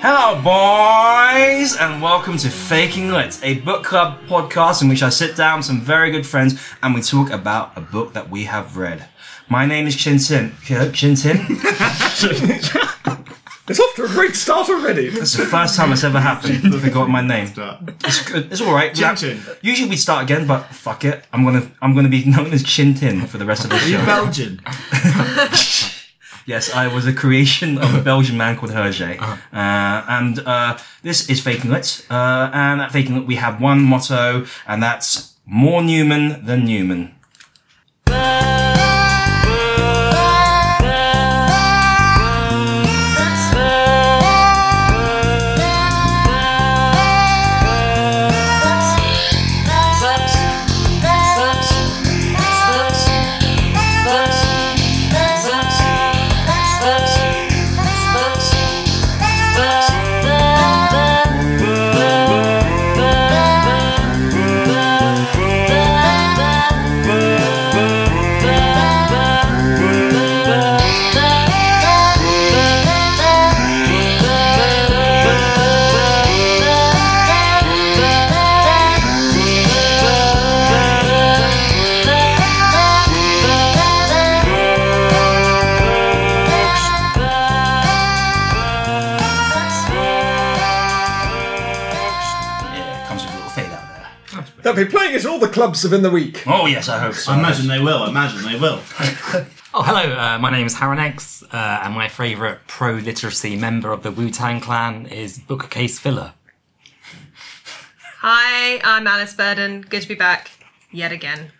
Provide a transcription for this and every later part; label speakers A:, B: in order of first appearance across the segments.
A: Hello, boys, and welcome to Faking Lit, a book club podcast in which I sit down with some very good friends and we talk about a book that we have read. My name is Chin Tin. Chin Tin?
B: It's off to a great start already.
A: It's the first time it's ever happened. I forgot my name.
C: Start.
A: It's good. It's all right.
C: Chin Tin.
A: Usually we start again, but fuck it. I'm gonna I'm gonna be known as Chin Tin for the rest of the show.
C: Belgian.
A: Yes, I was a creation of a Belgian man called Hergé. Uh, and uh, this is Faking Lit. Uh, and at Faking Lit, we have one motto, and that's more Newman than Newman. Yeah, comes with a little fade out there.
B: They'll be playing it at all the clubs within the week.
A: Oh, yes, I hope so.
C: I imagine they will. I imagine they will.
D: Oh, hello. Uh, my name is Haran X, uh, and my favourite pro literacy member of the Wu Tang Clan is Bookcase Filler.
E: Hi, I'm Alice Burden. Good to be back yet again.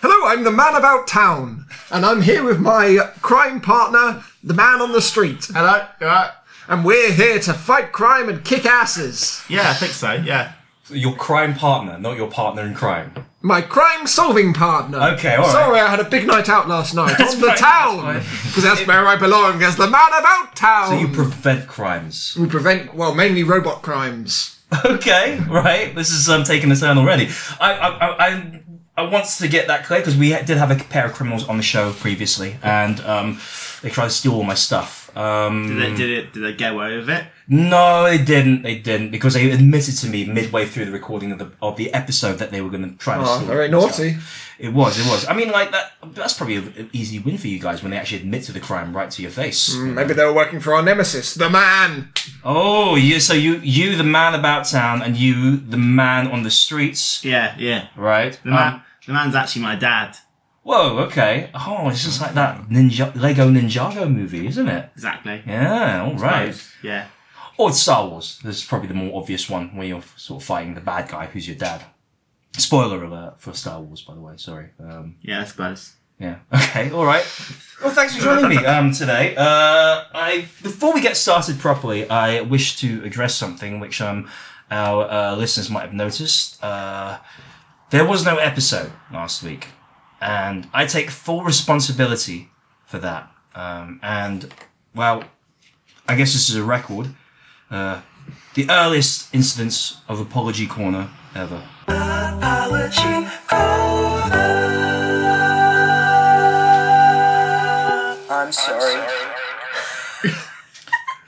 B: Hello, I'm the man about town, and I'm here with my crime partner, the man on the street.
C: Hello. You alright?
B: And we're here to fight crime and kick asses.
C: Yeah, I think so. Yeah.
A: Your crime partner, not your partner in crime.
B: My crime solving partner.
A: Okay, all right.
B: Sorry, I had a big night out last night. on the
A: fine,
B: town! Because that's where I belong, as the man about town!
A: So you prevent crimes.
B: we prevent, well, mainly robot crimes.
A: Okay, right. This is um, taking a turn already. I I I, I, I want to get that clear because we did have a pair of criminals on the show previously, and um, they tried to steal all my stuff. Um,
C: Did, they, did it? Did they get away with it?
A: no, they didn't. They didn't because they admitted to me midway through the recording of the of the episode that they were going to try to
B: Oh,
A: steal.
B: very
A: my
B: naughty.
A: stuff. It was. It was. I mean, like that. That's probably a- an easy win for you guys when they actually admit to the crime right to your face.
B: Maybe they were working for our nemesis, the man.
A: Oh, you. So you, you, the man about town, and you, the man on the streets,
C: Yeah, yeah.
A: right? Um,
C: The, man, the man's actually my dad.
A: Whoa, okay. Oh, it's just like that Ninja Lego Ninjago movie, isn't it?
C: Exactly.
A: Yeah, all right.
C: Yeah.
A: Or it's Star Wars. This is probably the more obvious one where you're sort of fighting the bad guy who's your dad. Spoiler alert for Star Wars, by the way. Sorry. Um,
C: Yeah, I suppose.
A: yeah. Okay. All right. Well, thanks for joining me um, today. Uh, I before we get started properly, I wish to address something which um our uh, listeners might have noticed. Uh, there was no episode last week, and I take full responsibility for that. Um, and well, I guess this is a record. Uh, the earliest incidence of Apology Corner ever.
F: I'm sorry.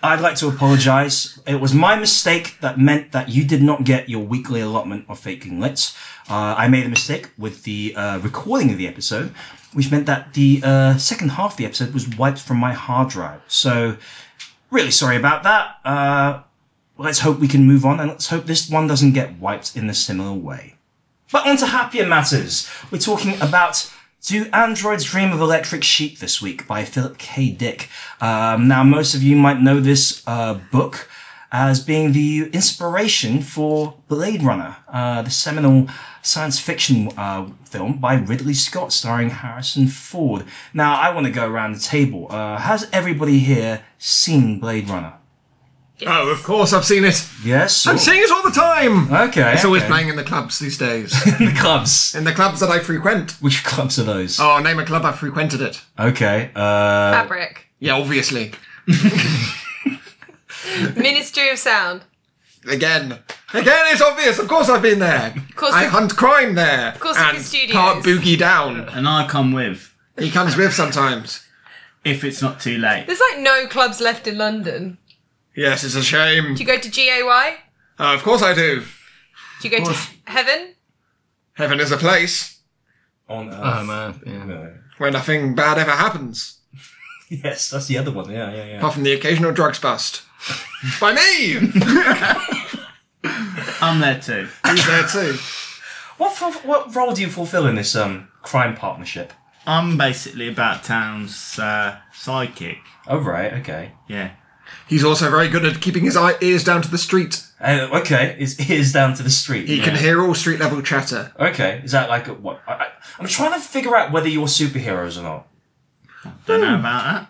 A: I'd like to apologise. It was my mistake that meant that you did not get your weekly allotment of faking lit. Uh, I made a mistake with the uh, recording of the episode, which meant that the uh, second half of the episode was wiped from my hard drive. So, really sorry about that. Uh, let's hope we can move on, and let's hope this one doesn't get wiped in a similar way. But on to happier matters. We're talking about Do Androids Dream of Electric Sheep this week by Philip K. Dick. Um, now, most of you might know this uh, book as being the inspiration for Blade Runner, uh, the seminal science fiction uh, film by Ridley Scott starring Harrison Ford. Now, I want to go around the table. Uh, has everybody here seen Blade Runner?
B: Oh, of course, I've seen it.
A: Yes?
B: I'm seeing it all the
E: Oh,
B: time.
A: Okay.
B: It's always
A: okay.
B: playing in the clubs these days.
A: in the clubs.
B: in the clubs that I frequent.
A: Which clubs are those?
B: Oh, name a club I frequented it.
A: Okay. Uh,
E: Fabric.
B: Yeah, obviously.
E: Ministry of Sound.
B: Again. Again, it's obvious. Of course I've been there. Of
E: course
B: I
E: the-
B: hunt crime there. Of
E: course the
B: and
E: studios.
B: part Boogie down.
C: And I come with
B: He comes with sometimes.
C: if it's not too late.
E: There's like no clubs left in London.
B: Yes, it's a shame.
E: Do you go to GAY?
B: Uh, of course I do.
E: Do you go to heaven?
B: Heaven is a place
A: On Earth.
D: Um, uh, yeah.
A: No.
B: where nothing bad ever happens,
A: Yes, that's the other one. Yeah, yeah, yeah.
B: apart from the occasional drugs bust. By me!
C: I'm there too.
B: Who's there too?
A: What fu- what role do you fulfill in this um crime partnership?
C: I'm basically about town's uh, sidekick.
A: Oh right, okay.
C: Yeah.
B: He's also very good at keeping his eye- ears down to the street.
A: Uh, okay, his ears down to the street.
B: He can
C: Yeah.
B: hear all street level chatter.
A: Okay, is that like a, what? I, I, I'm trying to figure out whether you're superheroes or not.
C: Don't
A: Hmm.
C: know about that.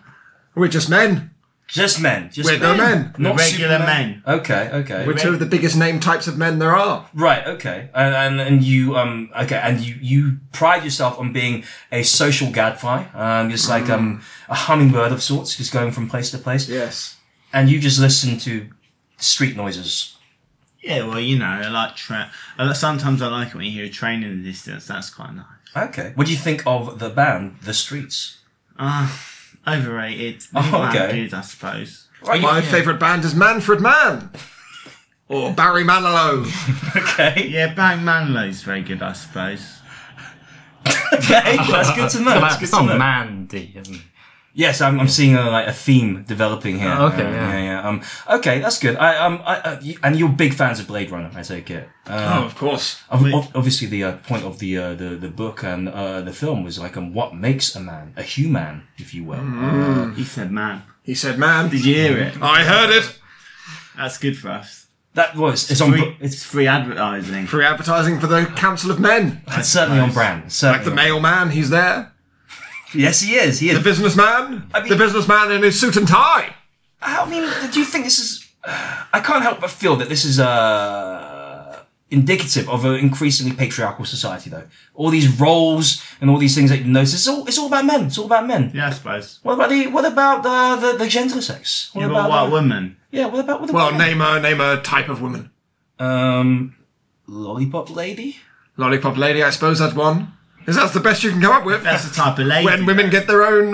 B: We're just men.
A: Just men. Just
B: We're no men.
A: Not
C: Regular
A: Superman.
C: men.
A: Okay, okay.
B: We're two of the biggest name types of men there are.
A: Right, okay. And, and and you um okay, and you you pride yourself on being a social gadfly. Um just like um a hummingbird of sorts, just going from place to place.
B: Yes.
A: And you just listen to street noises.
C: Yeah, well, you know, I like tra- I like- Sometimes I like it when you hear a train in the distance. That's quite nice.
A: Okay. What do you think of the band The Streets?
C: Overrated.
A: Oh,
C: Not that
A: okay.
C: Good, I suppose.
A: Right,
B: My
A: you-
B: favourite band is Manfred Mann. Or Barry Manilow.
A: okay.
C: Yeah, Bang Manlow's very good, I suppose.
A: Okay. That's good to know. That's good
D: it's
A: to
D: on
A: know.
D: Mandy. Isn't it?
A: Yes, I'm, I'm seeing a, like a theme developing here.
D: Oh, okay,
A: Um,
D: yeah.
A: yeah, yeah. Um, okay, that's good. I um, I, uh, you, and you're big fans of Blade Runner, I take it. Uh,
B: of course.
A: ob- ob- obviously, the uh, point of the uh, the the book and uh, the film was like, um, what makes a man a human, if you will.
C: He said man.
B: He said, man.
C: Did you hear it? Oh,
B: I heard it.
C: That's good for us.
A: That was it's on.
C: Free,
A: br-
C: it's
A: It's,
C: free advertising.
B: Free advertising for the Council of Men.
A: it's certainly on brand. Certainly
B: The
A: on-
B: mailman, he's there.
A: yes, he is. He is.
B: The businessman.
A: I mean-
B: the businessman in his suit and tie.
A: I mean, do you think this is? I can't help but feel that this is uh, indicative of an increasingly patriarchal society, though. All these roles and all these things that you notice, it's all it's all about men. It's all about men.
C: Yeah, I suppose.
A: What about the what about the the, the gentler sex? What
C: Yeah, but
A: about
C: what
A: the-
C: woman?
A: yeah? What about what
B: Well,
A: about
B: name a, name a type of woman.
A: um lollipop lady?
B: Lollipop lady, I suppose that's one. Is that the best you can come up with?
C: That's the type of lady.
B: when women get their own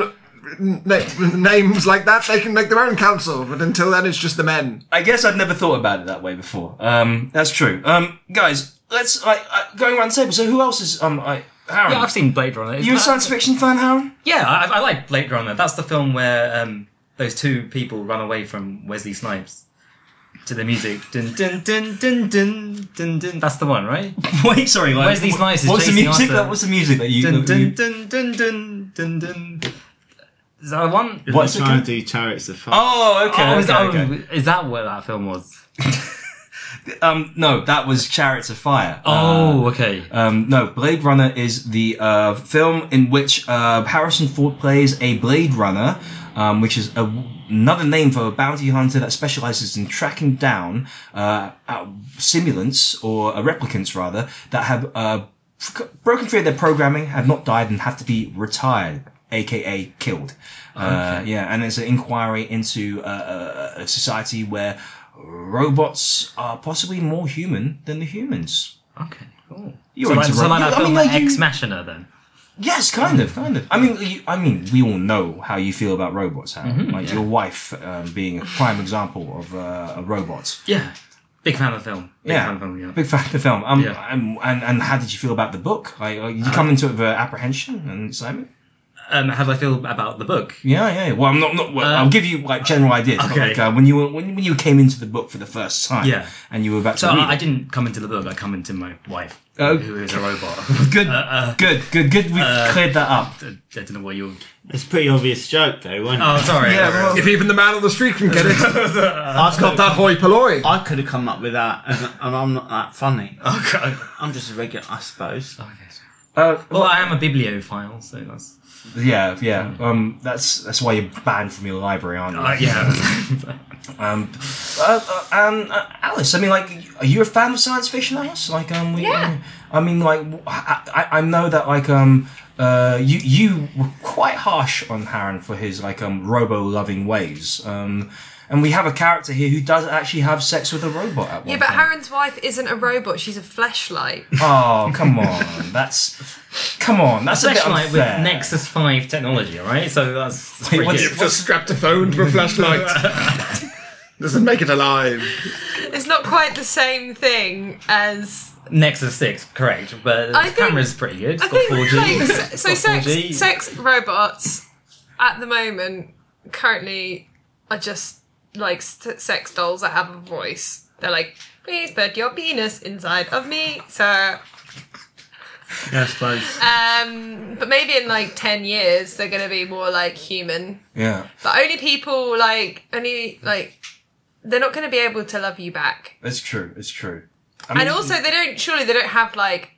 B: na- names like that, they can make their own council. But until then, it's just the men.
A: I guess I'd never thought about it that way before. Um, that's true. Um, guys, let's like uh, going around the table. So who else is um I Harry?
D: Yeah, I've seen Blade Runner.
A: you a
D: Isn't that-
A: science fiction fan, Harry?
D: Yeah, I, I like Blade Runner. That's the film where um, those two people run away from Wesley Snipes to the music. Dun dun dun dun dun dun dun. That's the one, right?
A: Wait, sorry. Like,
D: Where's these nices,
A: What's the
D: Jason
A: music?
D: Arthur?
A: That, what's the music that you?
D: Dun
A: that you-
D: dun dun dun dun dun dun. Is that the one?
C: If
A: What's it
C: you're trying
A: called?
C: to do chariots of fire.
A: Oh, okay.
D: Oh, is,
A: okay,
D: that,
A: okay.
D: oh, is that what that film was?
A: Um, no, that was Chariots of Fire. Uh,
D: Oh, okay.
A: um, no, Blade Runner is the uh, film in which uh, Harrison Ford plays a Blade Runner, um, which is a, another name for a bounty hunter that specializes in tracking down uh, uh, simulants or uh, replicants rather that have uh, f- broken free of their programming, have not died, and have to be retired, aka killed. Uh, yeah, and it's an inquiry into uh, a, a society where robots are possibly more human than the humans.
D: Okay. Cool.
A: You're
D: so like,
A: into
D: so
A: ro-
D: like that
A: I
D: film
A: mean, like you-
D: Ex Machina then.
A: Yes, kind of, kind of. I mean, you, I mean, we all know how you feel about robots. How,
D: Mm-hmm,
A: like your wife um, being a prime example of uh, a robot.
D: Yeah. Big fan of the film. Big fan of the film. Yeah.
A: big fan of the film. Um,
D: Yeah.
A: um, and and how did you feel about the book? Like, uh, you come into it with uh, apprehension and excitement.
D: Um, how do I feel about the book?
A: Yeah, yeah. yeah. Well, I'm not. not well,
D: Uh,
A: I'll give you like general ideas. but,
D: okay.
A: Like, uh, when you were, when, when you came into the book for the first time.
D: Yeah.
A: And you were about
D: So uh,
A: to read.
D: I, I
A: it.
D: didn't come into the book. I come into my wife,
A: Oh.
D: who is a robot.
A: good,
D: uh,
A: good, good, good. We've cleared that up.
D: I don't know what you're.
C: It's a pretty obvious joke, though, wasn't
D: Oh, sorry.
B: If even the man on the street can get it, that's not that hoi polloi.
C: I could have come up with that, and, and I'm not that funny.
D: okay.
C: I'm just a regular, I suppose.
A: Uh,
D: Well, I am a bibliophile, so that's.
A: yeah, yeah.
D: Hmm.
A: Um, that's that's why you're banned from your library, aren't you?
D: Uh, yeah.
A: Um, uh, uh, um, uh, Alice, I mean, like, are you a fan of science fiction, Alice? Like, um, we,
E: Yeah.
A: I mean, like, I, I I know that, like, um, uh, you you were quite harsh on Harren for his like um robo loving ways. Um, and we have a character here who does actually have sex with a robot at one
E: Yeah, but
A: point.
E: Harren's wife isn't a robot, she's a fleshlight.
A: Oh, come on, that's come on, that's a bit
D: Especially like with
A: unfair.
D: Nexus 5 technology, all right? So that's. that's
A: Wait,
D: pretty
A: what's-
D: good.
B: Just strapped a phone to a flashlight. Doesn't make it alive.
E: It's not quite the same thing as
D: Nexus 6, correct, but
E: I
D: the
E: think-
D: camera's pretty good. It's
E: I
D: got
E: think
D: 4G.
E: like,
D: It's
E: so
D: got
E: sex
D: 4G.
E: sex robots at the moment currently are just like s- sex dolls that have a voice. They're like, please put your penis inside of me, sir.
C: Yeah, I suppose.
E: Um, but maybe in like ten years they're gonna be more like human.
A: Yeah.
E: But only people like only like they're not gonna be able to love you back.
A: It's true. It's true. I
E: And
C: Mm-hmm.
E: also, they don't. Surely they don't have like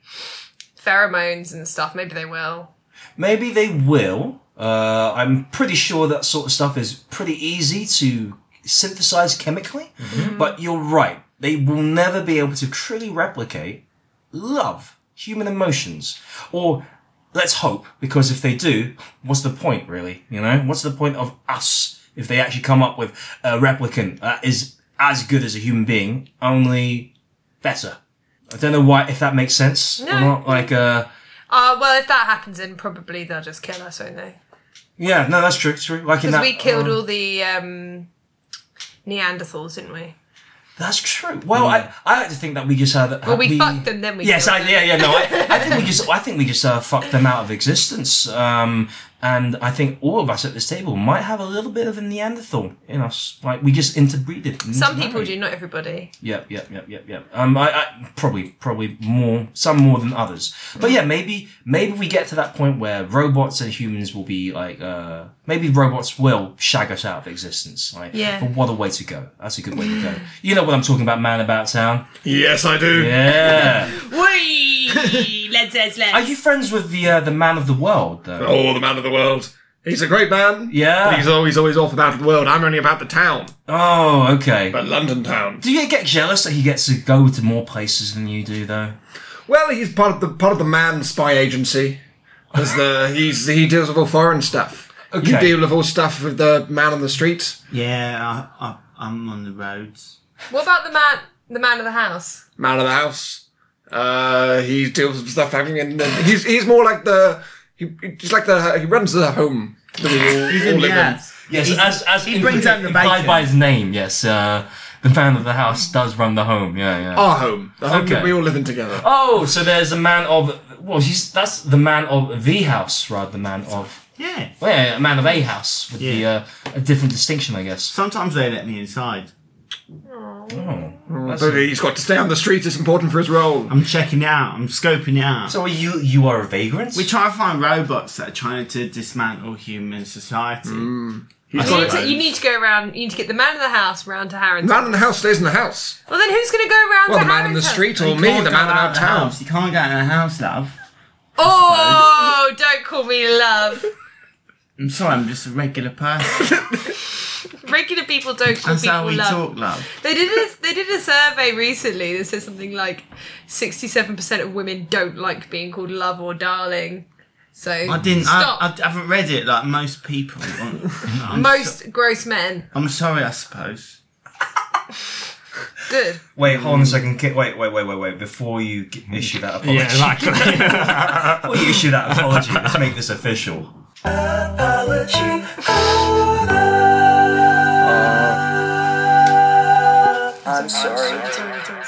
E: pheromones and stuff. Maybe they will.
A: Maybe they will. Uh, I'm pretty sure that sort of stuff is pretty easy to synthesize chemically. But you're right. They will never be able to truly replicate love, human emotions. Or let's hope, because if they do, what's the point, really? You know, what's the point of us if they actually come up with a replicant that is as good as a human being, only better? I don't know why, if that makes sense
E: No.
A: or not. Like, uh,
E: Uh, well, if that happens, then probably they'll just kill us, won't they?
A: Yeah, no, that's true. True. Like in
E: Because
A: that, Oh,
E: we killed all the um, Neanderthals, didn't we?
A: That's true. Well, I, I like to think that we just had.
E: Well, we fucked them, then we
A: Yes,
E: killed
A: I, yeah, yeah. No, I, I think we just. I think we just uh, fucked them out of existence. Um, and I think all of us at this table might have a little bit of a Neanderthal in us. Like we just interbreeded. and
E: Some people
A: intermarried.
E: do, not everybody.
A: Yep, yep, yep, yep, yep. Um, I, I probably, probably more, some more than others. But yeah, maybe, maybe we get to that point where robots and humans will be like, uh, maybe robots will shag us out of existence. Like,
E: Yeah.
A: But what a way to go. That's a good way to go. You know what I'm talking about, man about town.
B: Yes, I do.
A: Yeah.
E: Whee! let's let's let's.
A: Are you friends with the uh, the man of the world though?
B: Oh, the man of the world. He's a great man.
A: Yeah.
B: But he's always, always off about the world. I'm only about the town,
A: Oh, okay.
B: but London town.
A: Do you get jealous that he gets to go to more places than you do though?
B: Well, he's part of the part of the man spy agency. As the he's he deals with all foreign stuff. You
A: Okay.
B: deal with all stuff with the man on the street,
C: Yeah, I, I, I'm on the roads.
E: What about the man? The man of the house.
B: man of the house. Uh, he deals with stuff happening, and then he's he's more like the he, he's like the he runs the home that we all, all live in.
A: Yes,
C: He's-
A: as as
C: he brings out the
A: implied
C: bacon.
A: by his name. Yes, uh, the man of the house does run the home. Yeah, yeah.
C: Oh,
B: Our home, the home
A: Okay.
B: that we all live in together.
A: Oh, so there's a man of well, he's that's the man of the house rather than the man of
C: Yeah.
A: well, yeah, a man of a house would be
C: Yeah.
A: uh, a different distinction, I guess.
C: Sometimes they let me inside.
A: Oh, that's
B: But he's got to stay on the street. It's important for his role.
C: I'm checking it out. I'm scoping it out.
A: so are you you are a vagrant?
C: we try to find robots that are trying to dismantle human society.
A: Mm.
B: He's
E: You
B: got
E: need,
B: it.
E: to, you need to go around. You need to get the man of the house round to Harrington.
B: Man in the house stays in the house.
E: well, then who's going to go round
B: Well,
E: to
B: the man in the
E: Harrington?
B: street,
C: You
B: or me,
C: can't
B: the
C: go
B: man about
C: the
B: town.
C: house. You can't get out of the house, love.
E: Oh, don't call me love.
C: I'm sorry, I'm just a regular person.
E: Regular people don't call
C: That's
E: people
C: how we
E: love.
C: talk, love.
E: They did a, they did a survey recently that says something like sixty seven percent of women don't like being called love or darling. So
C: I didn't. I,
E: stop.
C: I haven't read it like most people. I'm, I'm
E: Most
C: so-
E: gross men.
C: I'm sorry, I suppose.
E: Good.
A: wait, hold on a second. Ki- Wait, wait, wait, wait, wait. Before you g- issue that apology, before you issue that apology, let's make this official.
E: Sorry, sorry, sorry, sorry.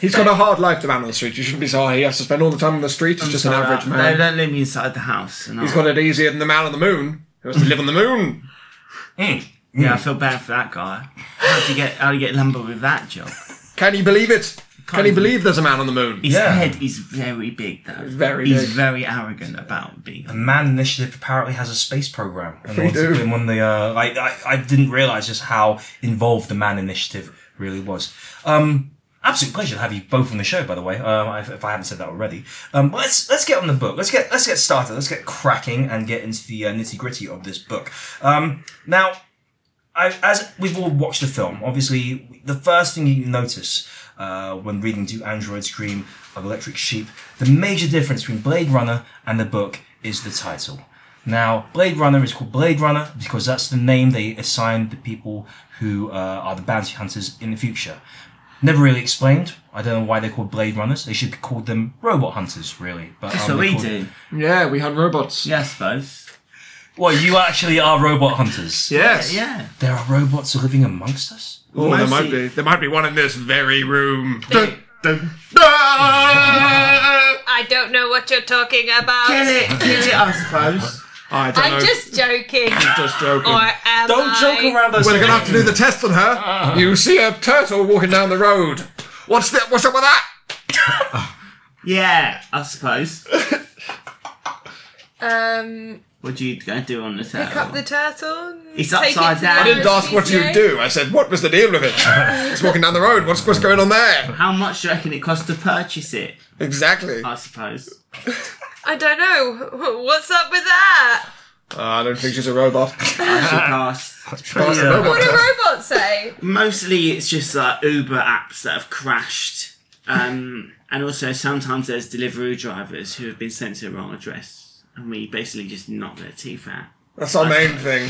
B: He's got a hard life, the man on the street. You shouldn't be sorry. He has to spend all the time on the street. He's just an
C: Sorry,
B: average
C: I- They
B: man.
C: don't let me inside the house. And
B: He's
C: I-
B: got it easier than the man on the moon. He has to live on the moon.
C: Hmm. yeah, I feel bad for that guy. How'd you get? How'd you get lumber with that job?
B: Can you believe it? Can you believe there's a man on the moon?
C: His
A: Yeah.
C: head is very big, though. He's
B: very
C: He's
B: big.
C: very arrogant about being.
A: Man Initiative apparently has a space program. And they
B: do.
A: do. When the, uh, like, I, I didn't realize just how involved the Man Initiative really was. Um, absolute pleasure to have you both on the show, by the way. Um, if, if I haven't said that already. Um, but let's let's get on the book. Let's get let's get started. Let's get cracking and get into the uh, nitty gritty of this book. Um, now, I, as we've all watched the film, obviously the first thing you notice uh, when reading Do Androids Dream of Electric Sheep, the major difference between Blade Runner and the book is the title. Now, Blade Runner is called Blade Runner because that's the name they assigned the people who uh, are the bounty hunters in the future. Never really explained. I don't know why they're called Blade Runners. They should be called them Robot Hunters, really. But
C: That's
A: um,
C: what
A: they're
C: we
A: called-
C: do.
B: Yeah, we hunt robots.
C: Yeah, I suppose.
A: Well, you actually are robot hunters.
B: Yes.
C: Yeah.
A: There are robots living amongst us?
B: Well, there
C: Mostly-
B: might be. There might be one in this very room.
E: Dun,
B: I
E: I don't know what you're talking about.
C: Kill it, kill it, I suppose.
B: don't know.
E: I'm just joking.
B: Just joking.
E: or am
A: Don't
E: I?
A: joke around those
B: We're gonna have to do
A: things.
B: the test on her. You see a turtle walking down the road. What's that? What's up with that?
C: Yeah, I suppose.
E: Um,
C: What do you gonna do on the turtle?
E: pick up the turtle.
C: It's
E: take it to
C: upside
E: the
C: down. I
B: I didn't ask what you
E: RSPCA.
B: do. I said, what was the deal with it? it's walking down the road. What's what's going on there?
C: How much do you reckon it costs to purchase it?
B: Exactly.
C: I suppose.
E: I don't know. What's up with that?
B: Uh, I don't think she's a robot.
C: I should ask.
B: Pass the
A: Yeah.
B: robot
E: What do
B: test.
E: robots say?
C: Mostly it's just like Uber apps that have crashed. Um, and also sometimes there's delivery drivers who have been sent to the wrong address. And we basically just knock their teeth out.
B: That's our main thing.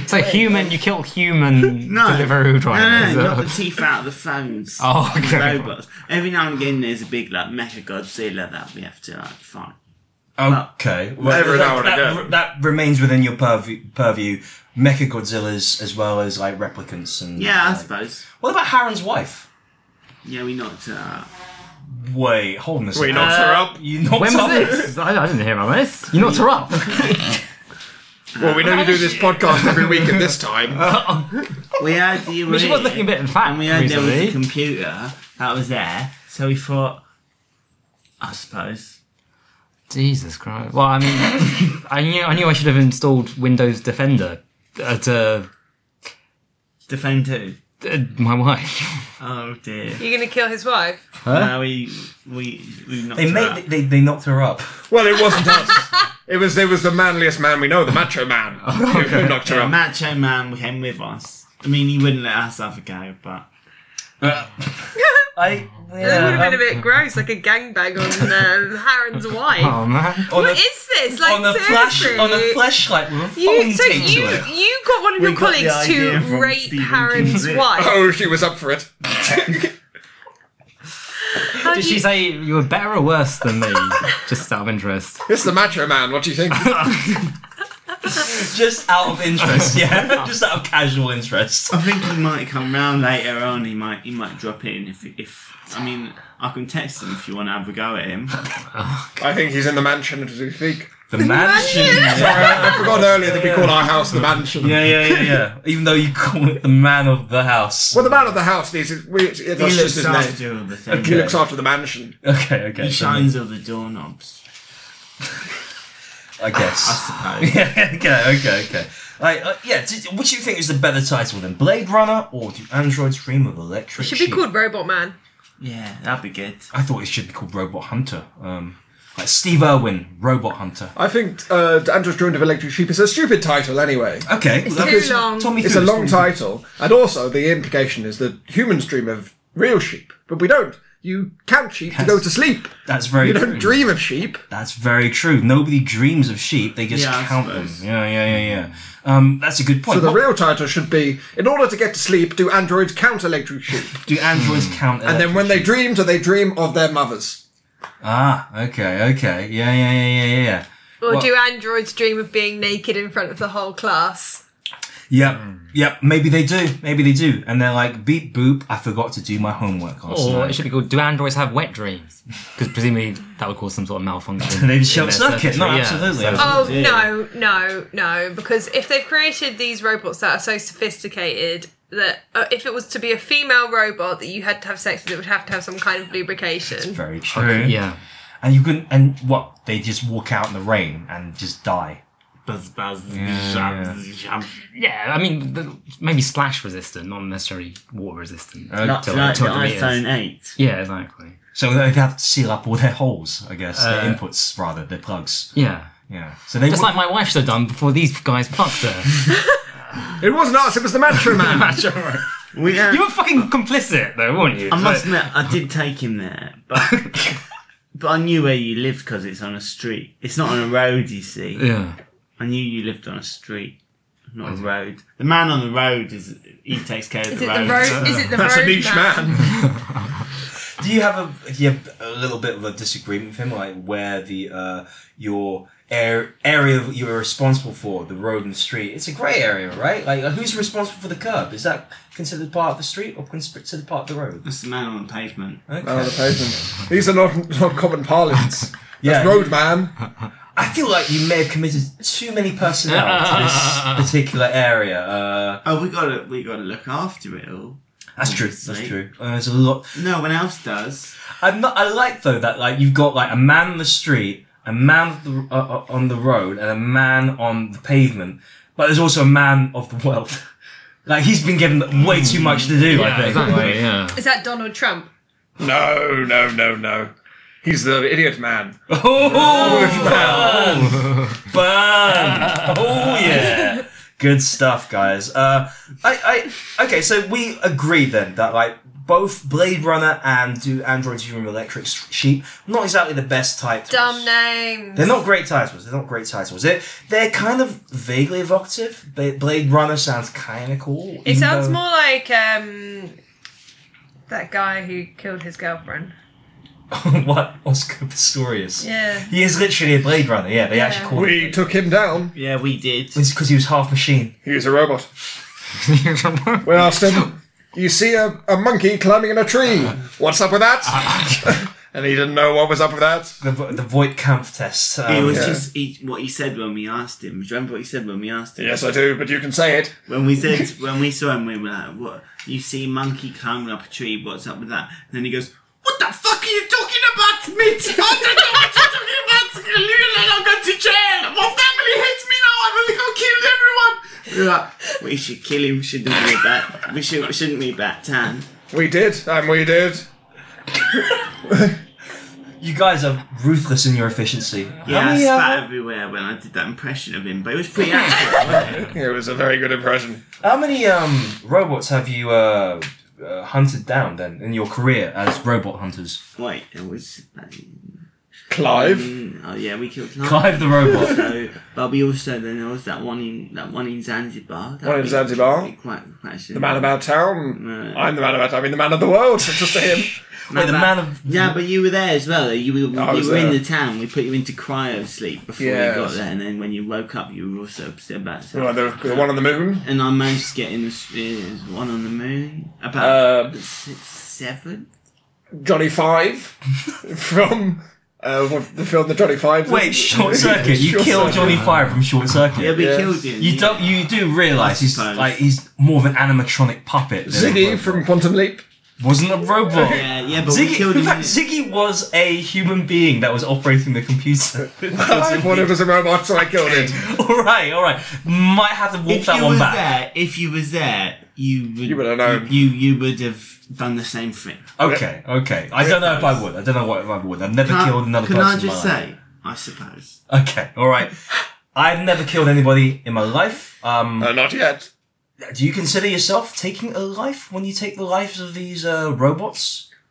F: It's a human. You kill human
C: No.
F: delivery
C: No,
F: drivers. uh.
C: no, knock the teeth out of the phones.
F: Oh, okay.
C: Robots. Every now and again there's a big like mecha godzilla that we have to like fight.
A: Okay. Well,
B: Every
A: that,
B: now and
A: that,
B: again.
A: re- that remains within your purview, purview. Mecha Godzillas as well as like replicants and
C: Yeah, I
A: like-
C: suppose.
A: What about Harren's wife?
C: Yeah, we knocked uh, her out.
A: Wait, hold on a
B: We
A: second.
B: knocked her up.
A: you knocked
F: When
A: up-
F: was this? I, I didn't hear about this. You knocked her up.
B: Well, we know you do this podcast every week at this time.
C: We heard you
F: But she was looking a bit fat
C: And we heard there was a
F: recently.
C: computer that was there, so we thought, I suppose.
F: Jesus Christ. Well, I mean, I knew I knew I should have installed Windows Defender uh, to
C: Defend who?
F: uh, my wife.
C: Oh dear.
E: You're gonna kill his wife.
C: No, we we we knocked
A: They
C: her
A: made
C: out.
A: they, they knocked her up.
B: Well, it wasn't us. It was it was the manliest man we know, the macho man, who- who knocked her
C: A
B: up.
C: macho man came with us. I mean, he wouldn't let us have a go, but
A: I
E: That would
A: yeah,
E: have been
A: um,
E: a bit gross, like a gangbang on um, Harren's wife.
F: Oh man.
A: on
E: What
A: a,
E: is this? Like
A: on a flash
E: seriously.
A: on a flashlight with a
E: You,
A: phone
E: so
A: taped
E: you
A: to it.
E: you got one of
C: We
E: your
C: got the
E: colleagues
C: idea
E: to
C: from
E: rape
C: Stephen
E: Harren's
C: King's-
E: wife.
B: Oh, she was up for it.
E: How
F: Did
E: do
F: she
E: you-
F: say you were better or worse than me? Just out of interest.
B: It's the macho man. What do you think?
A: Just out of interest, yeah, just out of casual interest.
C: I think he might come round later on. He might he might drop in if if I mean I can text him if you want to have a go at him.
B: I think he's in the mansion as we speak. Uh,
A: The mansion.
B: I forgot earlier that we call our house the mansion.
A: Yeah, yeah, yeah, yeah. Even though you call it the man of the house.
B: Well, the man of the house needs. It, we, it,
C: He
B: that's just
C: looks
B: his name.
C: after all the things.
B: He looks after the mansion.
A: Okay, okay.
C: He
A: so
C: shines all the doorknobs.
A: I
C: I
A: guess.
C: suppose.
A: yeah, okay, okay, okay. Like, uh, yeah. Did, what do you think is the better title then, Blade Runner or Do Androids Dream of Electric?
E: Should be
A: Sheep?
E: called Robot Man.
C: Yeah, that'd be good.
A: I thought it should be called Robot Hunter. Um, like Steve Irwin, Robot Hunter.
B: I think uh, Andrew's Joint of Electric Sheep is a stupid title anyway.
A: Okay, well, that
E: too
A: was-
E: long.
A: Tommy
B: It's a
A: Fuchs,
B: long
A: Tommy
B: title, and also the implication is that humans dream of real sheep, but we don't. You count sheep to go to sleep.
A: Fuchs. That's very
B: You
A: true.
B: don't dream of sheep.
A: That's very true. Nobody dreams of sheep; they just
C: Yeah, I
A: count them.
C: suppose.
A: Yeah, yeah, yeah, yeah. Um, that's a good point.
B: So the
A: What-
B: real title should be: In order to get to sleep, do androids count electric sheep?
A: do androids count?
B: Hmm. And then when they dream, do they dream of their mothers?
A: ah, okay, okay, yeah, yeah, yeah, yeah, yeah.
E: Or
A: Well-
E: do androids dream of being naked in front of the whole class?
A: Yep.
C: Hmm.
A: Yep. Maybe they do. Maybe they do. And they're like, beep boop, I forgot to do my homework last
C: Oh,
F: Or it
A: night.
F: should be called Do Androids Have Wet Dreams? Because presumably that would cause some sort of malfunction.
A: Maybe
F: in
A: she'll
F: their
A: suck it. No,
F: circuitry, yeah.
A: absolutely.
F: So-
E: Oh
C: dear.
E: no, no, no! Because if they've created these robots that are so sophisticated that uh, if it was to be a female robot that you had to have sex with, it would have to have some kind of lubrication.
A: Very true.
F: yeah.
A: And you couldn't. And what? They just walk out in the rain and just die.
C: Buzz, buzz,
A: Yeah,
C: zham, zham.
F: Yeah, I mean, the, maybe splash resistant, not necessarily water resistant.
C: Not
F: Till
C: like the
F: 200 meters.
C: iPhone 8.
F: Yeah, exactly.
A: So they'd have to seal up all their holes, I guess. their
F: Uh,
A: inputs, rather, their plugs.
F: Yeah.
A: Yeah. So they.
F: Just
A: would-
F: like my wife should have done before these guys fucked her.
B: It wasn't us. It was the Macho Man.
C: We had,
F: you were fucking complicit, though, weren't you?
C: I must admit, I did take him there, but but I knew where you lived because it's on a street. It's not on a road, you see.
F: Yeah. Mm-hmm.
C: I knew you lived on a street, not a road. The man on the road is he takes care of
E: Is
C: the
E: it
C: road.
E: the road? Is it the
B: That's a
E: road
B: niche
E: man?
B: man.
A: do do you have a do you have a little bit of a disagreement with him, like where the uh, your air, area that you are responsible for, the road and the street? It's a grey area, right? Like uh, who's responsible for the curb? Is that considered part of the street or considered part of the road?
C: That's the man on the pavement.
A: Okay.
B: Man on Oh, the pavement. These are not, not common parlance.
A: Yeah.
B: That's road man.
A: I feel like you may have committed too many personnel to this particular area. Uh,
C: Oh, we gotta we gotta look after it all.
A: that's true. That's true. Uh, there's a lot.
C: No one else does.
A: I'm not, I like though that like you've got like a man on the street, a man of the, uh, uh, on the road, and a man on the pavement. But there's also a man of the world. Like he's been given way too much to do. I
F: Yeah,
A: think.
F: exactly. Yeah.
E: Is that Donald Trump?
B: No, no, no, no. He's the idiot man.
A: Oh, burn! burn! Oh yeah, good stuff, guys. Uh, I, I, okay. So we agree then that like both Blade Runner and Do Androids Human Electric Sheep not exactly the best titles.
E: Dumb names.
A: They're not great titles. They're not great titles. They're, they're kind of vaguely evocative. Ba- Blade Runner sounds kind of cool.
E: It sounds
A: even
E: more like um, that guy who killed his girlfriend.
A: though- what Oscar Pistorius.
E: Yeah.
A: He is literally a Blade Runner. Yeah, they actually
E: Yeah.
A: called
B: We
A: it
B: took him down.
C: Yeah, we did.
A: because he was half machine.
B: He's a robot. We asked him, You see a, a monkey climbing in a tree. What's up with that? and he didn't know what was up with that.
A: The vo- the Voight Kampf test. Um,
C: It was
B: yeah.
C: just he, what he said when we asked him. Do you remember what he said when we asked him?
B: Yes, I do, but you can say it.
C: When we said when we saw him, we were like, "What? You see monkey climbing up a tree? What's up with that?" And then he goes, "What the fuck are you talking about, mate? I don't know what you're talking about. Leave me alone. I'm going to jail. My family hates me now. I'm going to go kill everyone." We were like, "We should kill him. Shouldn't we? Bat? We should. Shouldn't we, Bat Tan?"
B: We did, and we did.
A: You guys are ruthless in your efficiency.
C: Yeah,
A: How
C: I
A: many, uh,
C: spat everywhere when I did that impression of him, but it was pretty accurate. wasn't it?
B: It was a very good impression.
A: How many um robots have you uh, uh hunted down then in your career as robot hunters?
C: Wait, it was.
B: Clive?
C: Mm, oh yeah, we killed Clive.
A: Clive the robot.
C: So, but we also then there was that one in that one in Zanzibar. That
B: One in
C: we-
B: Zanzibar?
C: we Quite, quite
B: The man about town.
C: No.
B: I'm the man about town. I mean, the man of the world. It's just him.
A: Wait, the man of
C: Yeah, but you were there as well. You were,
B: Oh, I
C: you
B: was
C: were in
B: there.
C: the town. We put you into cryo sleep before
B: Yes.
C: you got there, and then when you woke up, you were also upset about
B: You know,
C: something.
B: the, the one on the moon.
C: And I managed to get in the s- uh, one on the moon about
B: Uh,
C: six, seven.
B: Johnny Five from uh, what- the film The Johnny Five.
A: Wait, short circuit. You
B: Short
A: killed
B: Circuit.
A: Johnny Fire from Short Circuit.
C: Yeah, we
B: Yes.
C: killed him.
A: You don't. You do realize he's
C: suppose.
A: like he's more of an animatronic puppet. than a
B: Ziggy
A: robot.
B: from Quantum Leap.
A: wasn't a robot.
C: Yeah, yeah, but we
A: Ziggy,
C: killed
A: in fact,
C: him.
A: Ziggy was a human being that was operating the computer.
B: I thought it was a robot, so I killed it.
A: all right, all right. Might have to walk
C: if
A: that
C: you
A: one
C: were
A: back.
C: there, if you was there, you would
B: would have known.
C: You you would have done the same thing.
A: Okay, okay. I don't know if I would. I don't know what if I would. I've never
C: Can I-
A: killed another
C: can
A: person.
C: I
A: in my
C: just
A: life.
C: say, I suppose.
A: Okay, all right. I've never killed anybody in my life. Um,
B: Uh, not yet.
A: do you consider yourself taking a life when you take the lives of these uh, robots?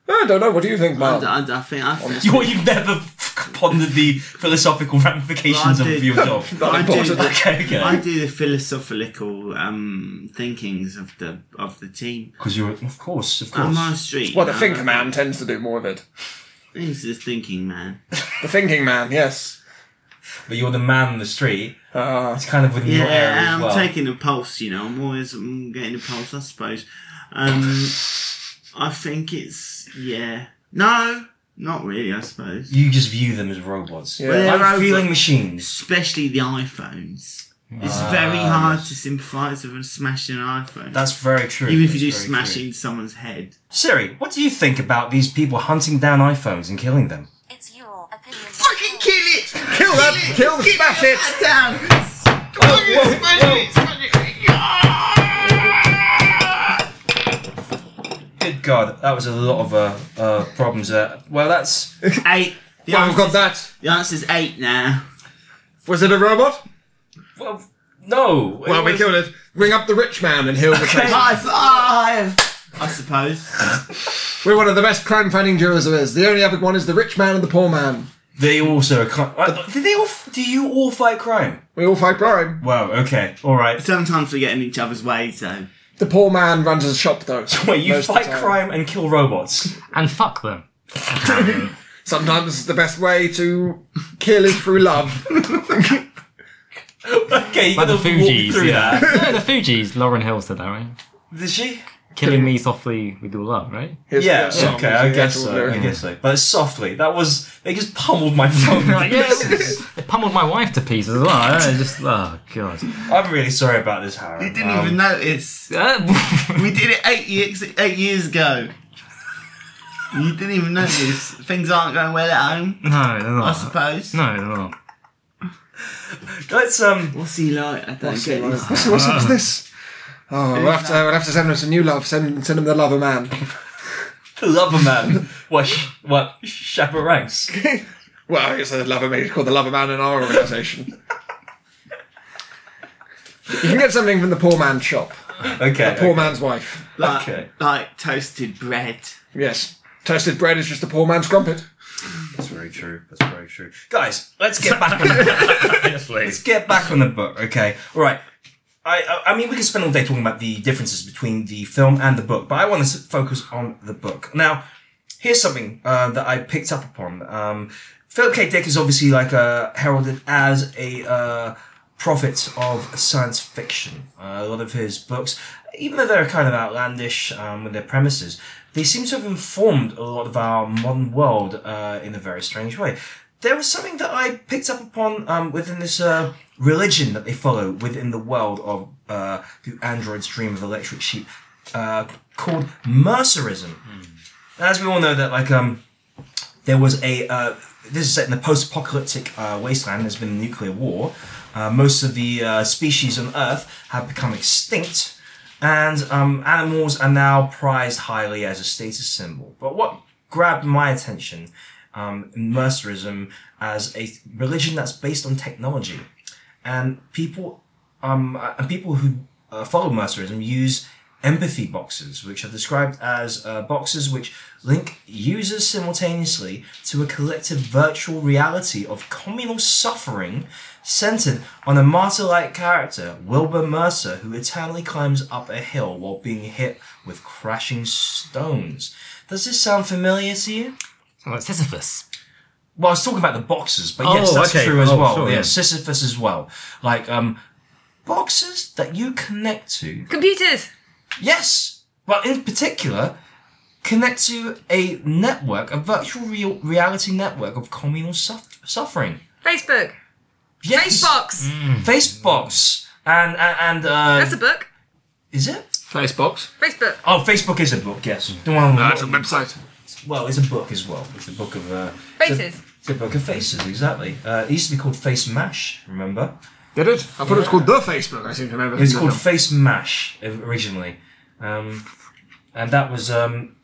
B: I don't know. What do you think,
C: I,
B: Mark?
C: I, I think I think
A: You, Oh. you've never f- pondered the philosophical ramifications
C: Well, I
A: of
C: did.
A: your job.
B: Not
C: I do.
B: important.
A: Okay,
C: I
A: okay.
C: do the philosophical um, thinkings of the of the team.
A: Because you're, of course, of
C: I'm
A: course.
C: on the street.
B: Well, the
C: you know,
B: thinker man tends to do more of it.
C: He's the thinking man.
B: The thinking man, yes.
A: But you're the man on the street.
B: Uh,
A: It's kind of within
C: Yeah,
A: your area
C: and
A: as
C: I'm
A: well.
C: taking a pulse. You know, I'm always i getting a pulse. I suppose. Um, I think it's yeah. No, not really. I suppose,
A: you just view them as robots.
B: Yeah. They're
A: I'm
C: robots.
A: feeling machines.
C: especially the iPhones. It's very hard to sympathise with smashing an iPhone.
A: That's very true.
C: even if you do
A: That's very true.
C: smashing someone's head.
A: Siri, what do you think about these people hunting down iPhones and killing them?
G: It's your opinion.
C: Fucking kill it!
B: kill that! Kill the smash it! Oh,
C: down!
A: Good God, that was a lot of uh, uh, problems there. Well, that's
C: Eight. The
B: Well, we've got
C: answer's-
B: that.
C: The answer's eight now.
B: Was it a robot?
A: well, no.
B: Well, we killed it. Ring up the rich man and he'll replace him.
C: High five! I suppose.
B: We're one of the best crime fighting duos there is. The only other one is the rich man and the poor man.
A: They also. are cri- uh, Do they all? Do you all fight crime?
B: We all fight crime.
A: Wow. Okay. All right.
C: Sometimes we get in each other's way, so
B: The poor man runs a shop though.
A: Wait, you
B: most of the
A: fight
B: time.
A: crime and kill robots.
F: and fuck them.
B: Sometimes the best way to kill is through love.
A: Okay, you
F: Like
A: gotta
F: the Fugees,
A: walk through
F: yeah.
A: that.
F: no, the Fugees. Lauren Hill said that, right?
A: Did she?
F: Killing me softly with your love, right?
B: Here's
A: Yeah,
B: the song,
A: okay,
B: here's
A: I
B: the
A: guess
B: actual
A: so. I
B: lyric.
A: guess so. But softly. That was they just pummeled my phone.
F: Like, yeah, it was- it pummeled my wife to pieces as well. I just, oh god.
A: I'm really sorry about this, Harry. Um,
C: You didn't even notice.
F: Uh,
C: We did it eight years eight years ago. You didn't even notice. Things aren't going well at home,
F: no, they're
C: I
F: not.
C: suppose.
F: No, they're not.
A: Let's um.
C: What's he like? I don't get this.
B: What's, what's up with this? Oh, we'll have, to, we'll have to send him some new love. Send, send him the lover man.
A: Lover man. what? sh- What? Chaperangs.
B: Well, it's a lover man. It's called the lover man in our organisation. you can get something from the poor man's shop.
A: Okay.
B: Poor man's wife.
C: Like,
A: Okay.
C: like toasted bread.
B: Yes. Toasted bread is just the poor man's crumpet.
A: That's very true. That's very true. Guys, let's get back on the Let's get back on the book, okay? All right. I, I, I mean, we could spend all day talking about the differences between the film and the book, but I want to s- focus on the book. Now, here's something uh, that I picked up upon. Um, Philip K. Dick is obviously like uh, heralded as a uh, prophet of science fiction. Uh, a lot of his books, even though they're kind of outlandish um, with their premises, they seem to have informed a lot of our modern world uh, in a very strange way. There was something that I picked up upon um, within this uh, religion that they follow within the world of uh, the android's dream of electric sheep uh, called Mercerism as we all know that like um there was a uh, this is set in the post-apocalyptic uh, wasteland there's been a nuclear war uh, most of the uh, species on earth have become extinct and um, animals are now prized highly as a status symbol but what grabbed my attention um, in mercerism as a religion that's based on technology and people um, uh, and people who uh, follow Mercerism use empathy boxes, which are described as uh, boxes which link users simultaneously to a collective virtual reality of communal suffering centered on a martyr-like character, Wilbur Mercer, who eternally climbs up a hill while being hit with crashing stones. Does this sound familiar to you?
F: Oh, it's Sisyphus.
A: Well, I was talking about the boxes, but yes,
F: Oh,
A: that's
F: okay.
A: true as
F: Oh,
A: well.
F: sure,
A: yeah,
F: yeah.
A: Sisyphus as well. Like um, boxes that you connect to.
E: Computers!
A: Yes, but in particular, connect to a network, a virtual real reality network of communal suff- suffering.
E: Facebook!
A: Yes,
E: Facebox!
B: Mm.
A: Facebox, and and, and uh,
E: That's a book.
A: is it?
B: Facebox.
E: Facebook.
A: Oh, Facebook is a book. Yes, the one.
B: That's Uh, a website.
A: well, it's a book as well. It's a book of uh,
E: Faces.
A: It's a book of faces, exactly. Uh, it used to be called Face Mash. Remember?
B: Did it? I thought it was called the Facebook. I seem to remember.
A: It's
B: from
A: called
B: the
A: Face Mash originally, um, and that was um,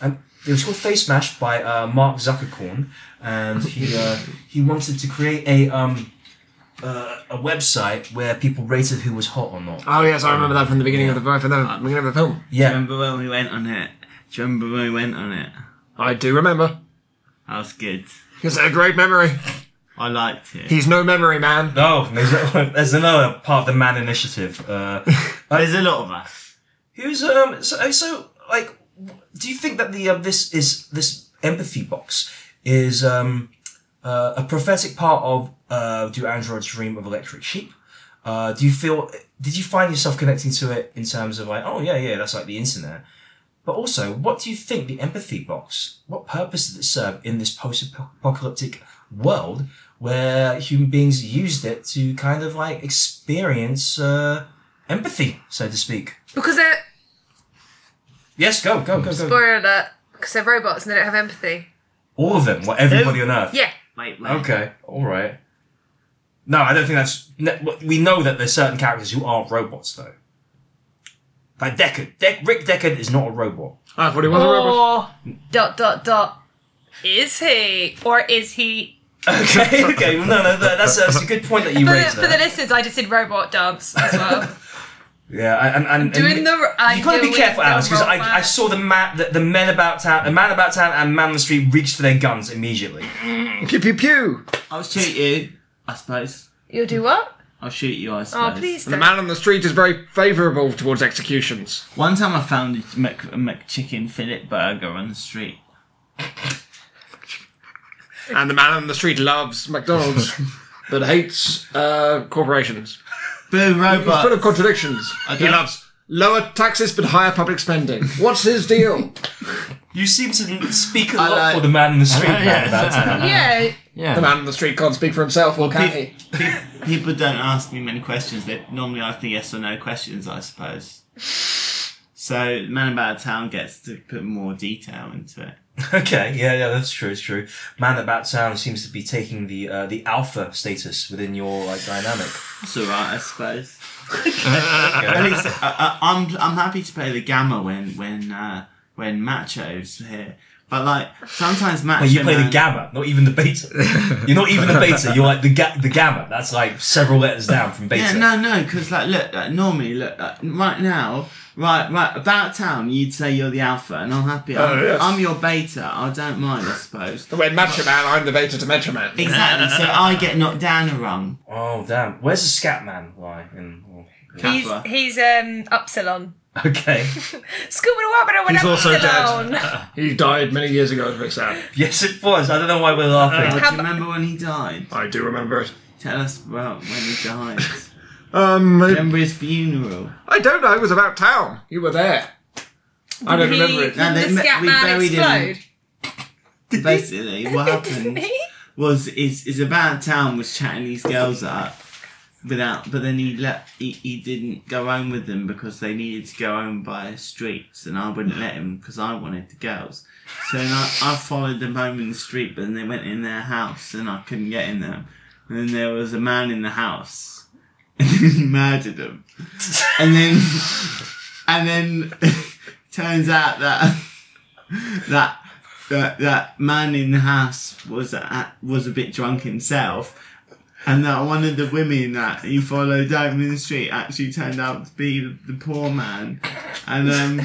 A: and it was called Face Mash by uh, Mark Zuckerkorn, and he uh, he wanted to create a um, uh, a website where people rated who was hot or not.
B: film. Oh yes, I remember that from the beginning of the from the beginning of the film.
C: Do you
A: Yeah,
C: remember when we went on it? Do you remember when we went on it?
B: I do remember.
C: That was good.
B: He's a great memory.
C: I liked it.
B: He's no memory man.
A: no, Oh, there's, there's another part of the Man Initiative. Uh,
C: There's a lot of us.
A: Who's um so so like do you think that the um, this is this empathy box is um uh, a prophetic part of uh do androids dream of electric sheep? Uh do you feel did you find yourself connecting to it in terms of like oh yeah yeah that's like the internet? But also, what do you think the empathy box? What purpose did it serve in this post-apocalyptic world where human beings used it to kind of like experience uh, empathy, so to speak?
E: Because they're.
A: Yes, go, go, go, go.
E: Spoiler alert. Because they're robots and they don't have empathy.
A: All of them, what, everybody on Earth?
E: Yeah.
C: Wait, wait.
A: Okay, alright. No, I don't think that's. no, We know that there's certain characters who aren't robots, though. Like Deckard. Deck, Rick Deckard is not a robot.
B: I thought he was a robot.
E: Or. Dot, dot, dot. Is he? Or is he?
A: Okay, okay, well, no, no, that, that's, that's a good point that you
E: For the,
A: raised
E: for the
A: there.
E: listeners, I just did robot dance as well.
A: Yeah, I- and. and, and
E: doing the. I'm
A: you gotta be
E: doing
A: careful,
E: the
A: Alex, because I, I
E: robot.
A: saw the, ma- the the men about town, the man about town, and man on the street reached for their guns immediately.
B: Oh, Pew pew pew.
C: I was cheating, I suppose.
E: You'll do what?
C: I'll shoot you, I
E: Oh,
C: suppose.
E: please
B: And the
E: don't.
B: man on the street is very favourable towards executions.
C: One time I found a Mc, a McChicken fillet burger on the street.
B: And the man on the street loves McDonald's, but hates uh, corporations.
C: Boo,
B: He's full of
C: robot.
B: contradictions. He
C: don't-
B: loves lower taxes but higher public spending. What's his deal?
A: You seem to speak a lot
B: like-
A: for the man in the street. now, that's-
E: Yeah,
B: the man on the street can't speak for himself, or can he?
C: People don't ask me many questions. They normally ask me yes or no questions, I suppose. So, Man About Town gets to put more detail into it.
A: Okay, yeah, yeah, that's true. It's true. Man about town seems to be taking the uh, the alpha status within your like dynamic.
C: It's alright, I suppose. At least I, I, I'm I'm happy to play the gamma when when uh, when Macho's here. But like sometimes Macho.
A: Well, you play the
C: Man-
A: gamma, not even the beta. You're not even the beta. You're like the ga- the gamma. That's like several letters down from beta.
C: Yeah, no, no, because like, look, like, normally, look, like, right now, right, right, about town, you'd say you're the alpha, and I'm happy. I'm,
B: Oh, yes.
C: I'm your beta. I don't mind, I suppose.
B: When Macho Man, I'm the beta to Macho Man.
C: Exactly. so I get knocked down a rung.
A: Oh damn! Where's the scat man? Why? In, oh.
E: he's
C: Kappa.
E: he's um upsilon.
A: Okay.
E: Scuba Wabba when
B: He's also dead.
E: upsilon.
B: He died many years ago. It's very sad.
A: yes, it was. I don't know why we're laughing.
C: But
E: How
C: do you
E: mu-
C: remember when he died?
B: I do remember it.
C: Tell us about when he died.
B: Um,
C: remember his funeral?
B: I don't know. It was about town. You were there. I don't
E: He,
B: remember
E: did
B: it.
C: No, they
E: the
C: met-
E: scat
C: we
E: man
C: buried him.
E: explode?
C: Basically, what
E: Didn't
C: happened
E: he?
C: was is is about town was chatting these girls up. Without, but then he let he, he didn't go home with them because they needed to go home by streets, and I wouldn't let him because I wanted the girls. So then I, I followed them home in the street, but then they went in their house, and I couldn't get in there. And then there was a man in the house, and he murdered him. And then, and then, turns out that that that that man in the house was a, was a bit drunk himself, and that one of the women that he followed down in the street actually turned out to be the, the poor man, and um,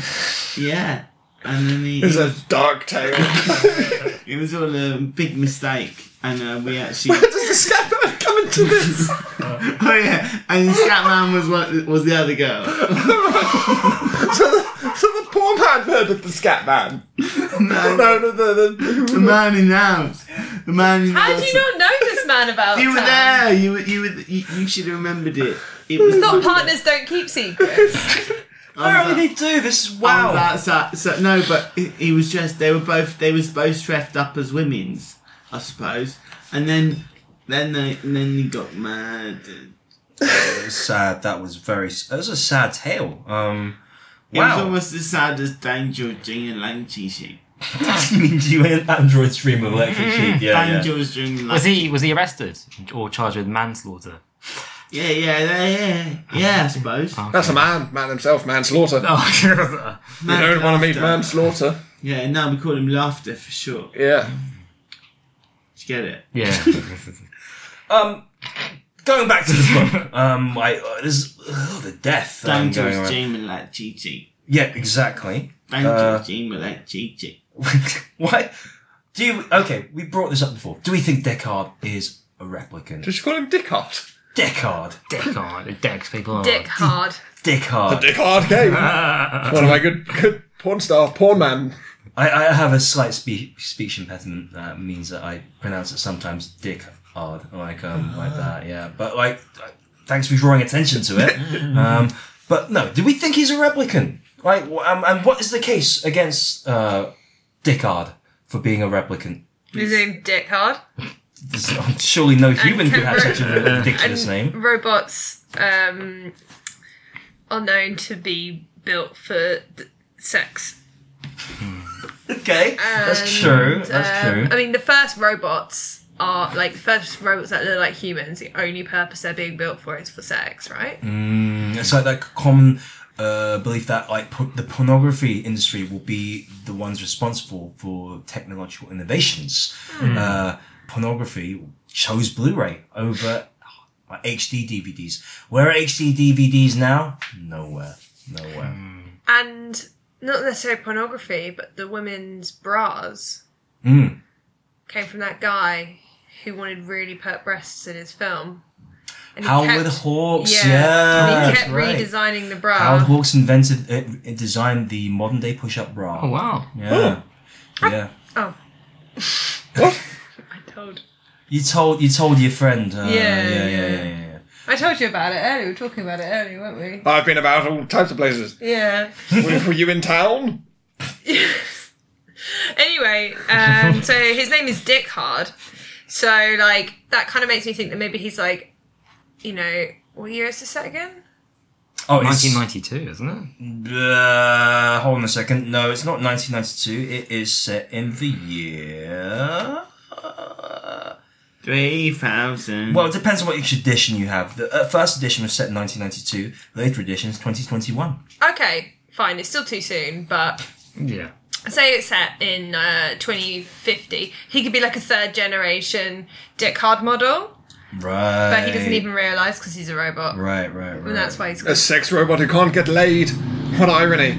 C: yeah, and then he,
B: It's a dark tale.
C: it was all a big mistake, and uh, we actually.
B: Does the scat man come into this?
C: Oh yeah, and the scat man was one, was the other girl.
B: so, the, so the poor man murdered the scat man. No, no, no. the-
C: The man in the house. The man in the
E: How
C: house.
E: do you not know this man about?
C: You were
E: town?
C: there. You were, you, were, you you should have remembered it. It was
E: Thought partners don't keep secrets.
A: Apparently they do. This is
C: Wow.
A: wow.
C: that's that. So no, but he- he was just. They were both. They was both dressed up as women's, I suppose. And then, then they, and then he got murdered.
A: It was sad. That was very. s- That was a sad tale. Um.
C: It was
A: Wow.
C: almost as sad as Dan Georgina Lanchi sheep.
A: you mean do you an Android stream of electric sheep? Yeah.
C: Dan
A: yeah.
C: Georgina
F: Was
C: Lanchi.
F: he was he arrested or charged with manslaughter?
C: Yeah, yeah, yeah, yeah, yeah. I suppose.
B: That's a man. Man himself. Manslaughter.
F: Oh,
B: You don't want to meet
C: Laughter.
B: manslaughter.
C: Yeah, no, we call him laughter for sure. Did
B: Yeah.
C: you get it?
F: yeah.
A: Um. Going back to the book. Um. I. Uh, there's oh, the death. um,
C: Dan
A: going
C: George
A: on.
C: Jamie like Gigi.
A: Yeah. Exactly.
C: Dan
A: Uh,
C: George Jamie like Gigi.
A: Why? Do you, okay, we brought this up before. Do we think Deckard is a replicant?
B: Did you call him Dickard?
A: Deckard.
F: Dick on it decks people.
E: Dick hard.
A: Deckard.
B: Dickard game. One of my good, good porn star, porn man.
A: I, I have a slight spe- speech impediment that means that I pronounce it sometimes Dickard, like um, like that. Yeah, but like, uh, thanks for drawing attention to it. um, but no, do we think he's a replicant? Like, wh- um, and what is the case against uh, Dickard for being a replicant?
E: His name Dick hard.
A: There's surely no human could have such a ridiculous
E: And
A: name.
E: robots um, are known to be built for th- sex.
A: Okay,
E: And,
A: that's true. That's
E: um,
A: true.
E: I mean, the first robots are like the first robots that look like humans. The only purpose they're being built for is for sex, right?
C: Mm.
A: It's Mm, like that common uh, belief that like po- the pornography industry will be the ones responsible for technological innovations. Uh, pornography chose Blu-ray over like, HD DVDs. Where are HD DVDs now? Nowhere. Nowhere.
E: And not necessarily pornography, but the women's bras
A: Mm.
E: came from that guy who wanted really pert breasts in his film. And he
A: Howard
E: kept-
A: Hawks,
E: Yeah.
A: yeah,
E: and he
A: that's
E: kept
A: right.
E: redesigning the bra.
A: Howard Hawks invented, uh, designed the modern day push-up bra.
F: Oh wow.
E: Ah.
A: Yeah, yeah.
E: Oh.
B: What?
E: I told.
A: You told you told your friend. Uh,
E: Yeah,
A: yeah, yeah,
E: yeah.
A: yeah, yeah, yeah.
E: I told you about it earlier. We were talking about it earlier, weren't we?
B: I've been about all types of places.
E: Yeah.
B: were, were you in town?
E: anyway, um, so his name is Dick Hard. So like that kind of makes me think that maybe he's like, you know, what year is this set again?
A: Oh, it's,
F: 1992, isn't it?
A: uh, hold on a second. No, it's not 1992. It is set in the year.
C: Three thousand.
A: Well, it depends on what each edition you have. The uh, first edition was set in 1992. Later editions, 2021.
E: Okay, fine. It's still too soon, but
F: Yeah.
E: say it's set in uh, 2050. He could be like a third generation Dick Hard model,
A: Right.
E: but he doesn't even realize because he's a robot.
A: Right, right, right.
E: And that's why he's.
B: A sex robot who can't get laid. What irony.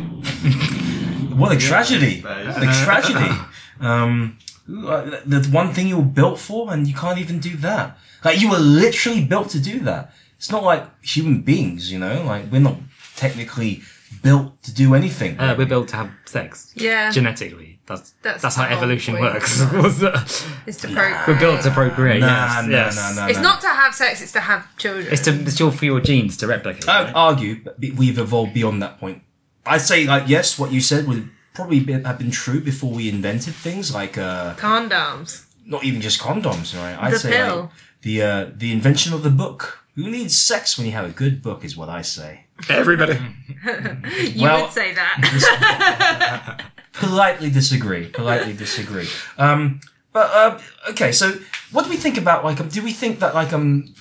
A: What a tragedy! What a tragedy! Um, uh, the the one thing you were built for, and you can't even do that. Like you were literally built to do that. It's not like human beings, you know. Like we're not technically built to do anything.
F: Uh, we're built to have sex.
E: Yeah.
F: Genetically, that's
E: That's
F: that's,
E: the
F: how
E: whole
F: evolution
E: point.
F: works. What's that?
E: It's to procreate.
F: we're built to procreate.
A: nah,
F: yes,
A: nah,
F: yes.
A: nah, nah,
E: It's
A: nah.
E: not to have sex. It's to have children.
F: It's to it's your for your genes to replicate.
A: I
F: right?
A: would argue that be- we've evolved beyond that point. I'd say, like, yes, what you said would probably be, have been true before we invented things like uh,
E: condoms.
A: not even just condoms, right? I'd
E: The
A: say
E: pill.
A: like, the uh, the invention of the book. Who needs sex when you have a good book? Is what I say.
B: Everybody.
E: You
A: Well-
E: would say that.
A: politely disagree. Politely disagree. Um, but um, okay, so what do we think about like? Um, do we think that like um,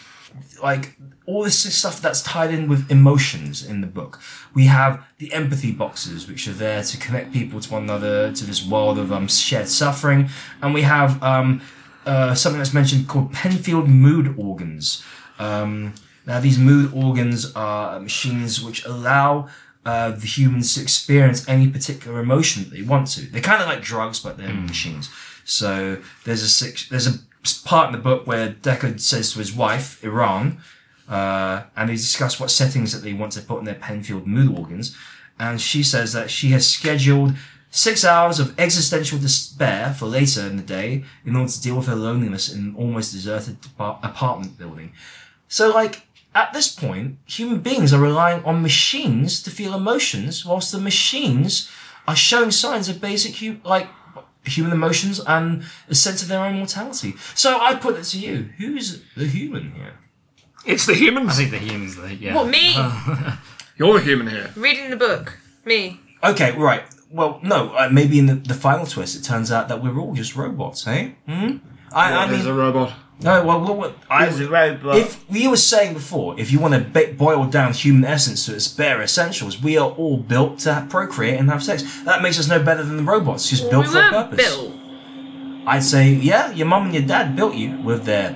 A: like all this stuff that's tied in with emotions in the book? We have the empathy boxes, which are there to connect people to one another to this world of um shared suffering, and we have um, uh, something that's mentioned called Penfield mood organs. Um, now, these mood organs are machines which allow uh, the humans to experience any particular emotion that they want to. They're kind of like drugs, but they're machines. So there's a six, there's a part in the book where Deckard says to his wife, Iran, uh, and they discuss what settings that they want to put in their Penfield mood organs. And she says that she has scheduled six hours of existential despair for later in the day in order to deal with her loneliness in an almost deserted depart- apartment building. So, like, at this point, human beings are relying on machines to feel emotions, whilst the machines are showing signs of basic, hu- like, human emotions and a sense of their own mortality. So I put it to you: who's the human here?
B: It's the humans.
F: I think the humans, like, yeah.
E: what me?
A: uh,
B: You're the human here.
E: Reading the book. Me.
A: Okay, right. Well, no, uh, maybe in the, the final twist, it turns out that we're all just robots, hey? Hmm? I, I
B: There's
A: mean,
B: a robot.
A: no. Well, well, well, I,
C: He's a robot.
A: If we were saying before, if you want to ba- boil down human essence to its bare essentials, we are all built to procreate and have sex. That makes us no better than the robots, just built
E: we
A: for a
E: weren't
A: purpose.
E: built.
A: I'd say, yeah, your mum and your dad built you with their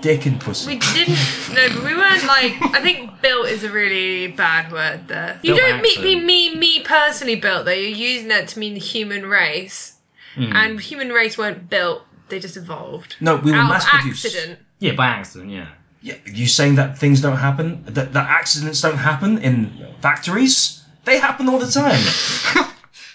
A: dick and pussy.
E: We didn't. No, but we weren't like. I think built is a really bad word there. You
F: Built by
E: don't mean me,
F: accident.
E: me, me personally built though. You're using that to mean the human race, and human race weren't built. They just evolved.
A: Hmm. no, we were
E: Out
A: mass
E: of
A: produced.
E: accident.
F: Yeah, by accident. Yeah.
A: Yeah, you saying that things don't happen, that, that accidents don't happen in factories? They happen all the time.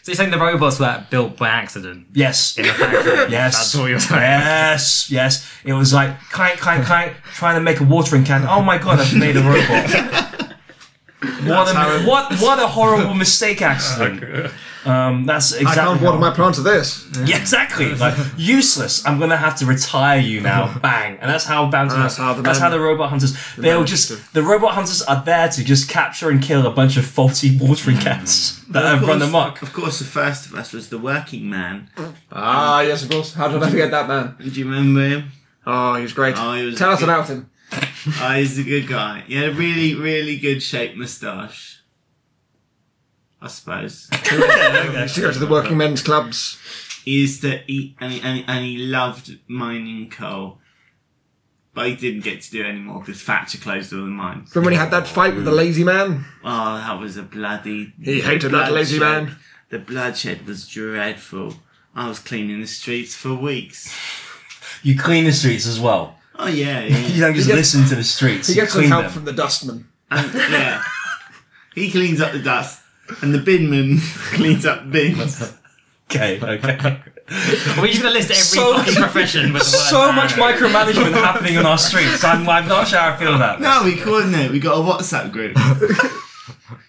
F: So you're saying the robots were built by accident?
A: Yes. yes.
F: That's all you're saying.
A: Yes. Yes. It was like clank, clank, clank, trying to make a watering can. Oh my god! I've made a robot. What
B: how
A: a,
B: it-
A: what what a horrible mistake accident. Um, that's
B: I
A: exactly.
B: can't water
A: how-
B: my plants with this.
A: Yeah, exactly. Like useless. I'm gonna have to retire you now. Bang. And that's how bounty.
B: That's how the
A: that's
B: man-
A: how the robot hunters. They'll
B: man-
A: just the robot hunters are there to just capture and kill a bunch of faulty watering cats
B: Mm.
A: that have run amok.
C: Of course, the first of us was the working man.
B: Ah, yes, of course. How did I forget that man?
C: Do you remember him?
B: Oh, he was great.
C: Oh, he was
B: Tell us
C: good.
B: about him.
C: Oh, he's a good guy. He had a really, really good shaped moustache. I suppose.
B: He used to go to the working men's clubs.
C: He used to eat and he, and, he, and he loved mining coal. But he didn't get to do it anymore because Thatcher closed all the mines.
B: Remember when he had that fight with the lazy man?
C: Oh, that was a bloody.
B: He hated that lazy
C: bloodshed.
B: man.
C: The bloodshed was dreadful. I was cleaning the streets for weeks.
A: You clean the streets as well.
C: Oh yeah, yeah.
A: You don't just
B: gets-
A: listen to the streets.
B: He
A: you
B: gets some
A: clean
B: help
A: them.
B: from the dustman.
C: And, yeah. he cleans up the dust, and the binman cleans up bins.
A: Okay, okay.
D: We're just gonna list every
A: So-
D: fucking profession with the word
A: so
D: man.
A: much micromanagement happening on our streets. I'm, I'm not sure how I feel about that.
C: No, we coordinate. We got a WhatsApp group.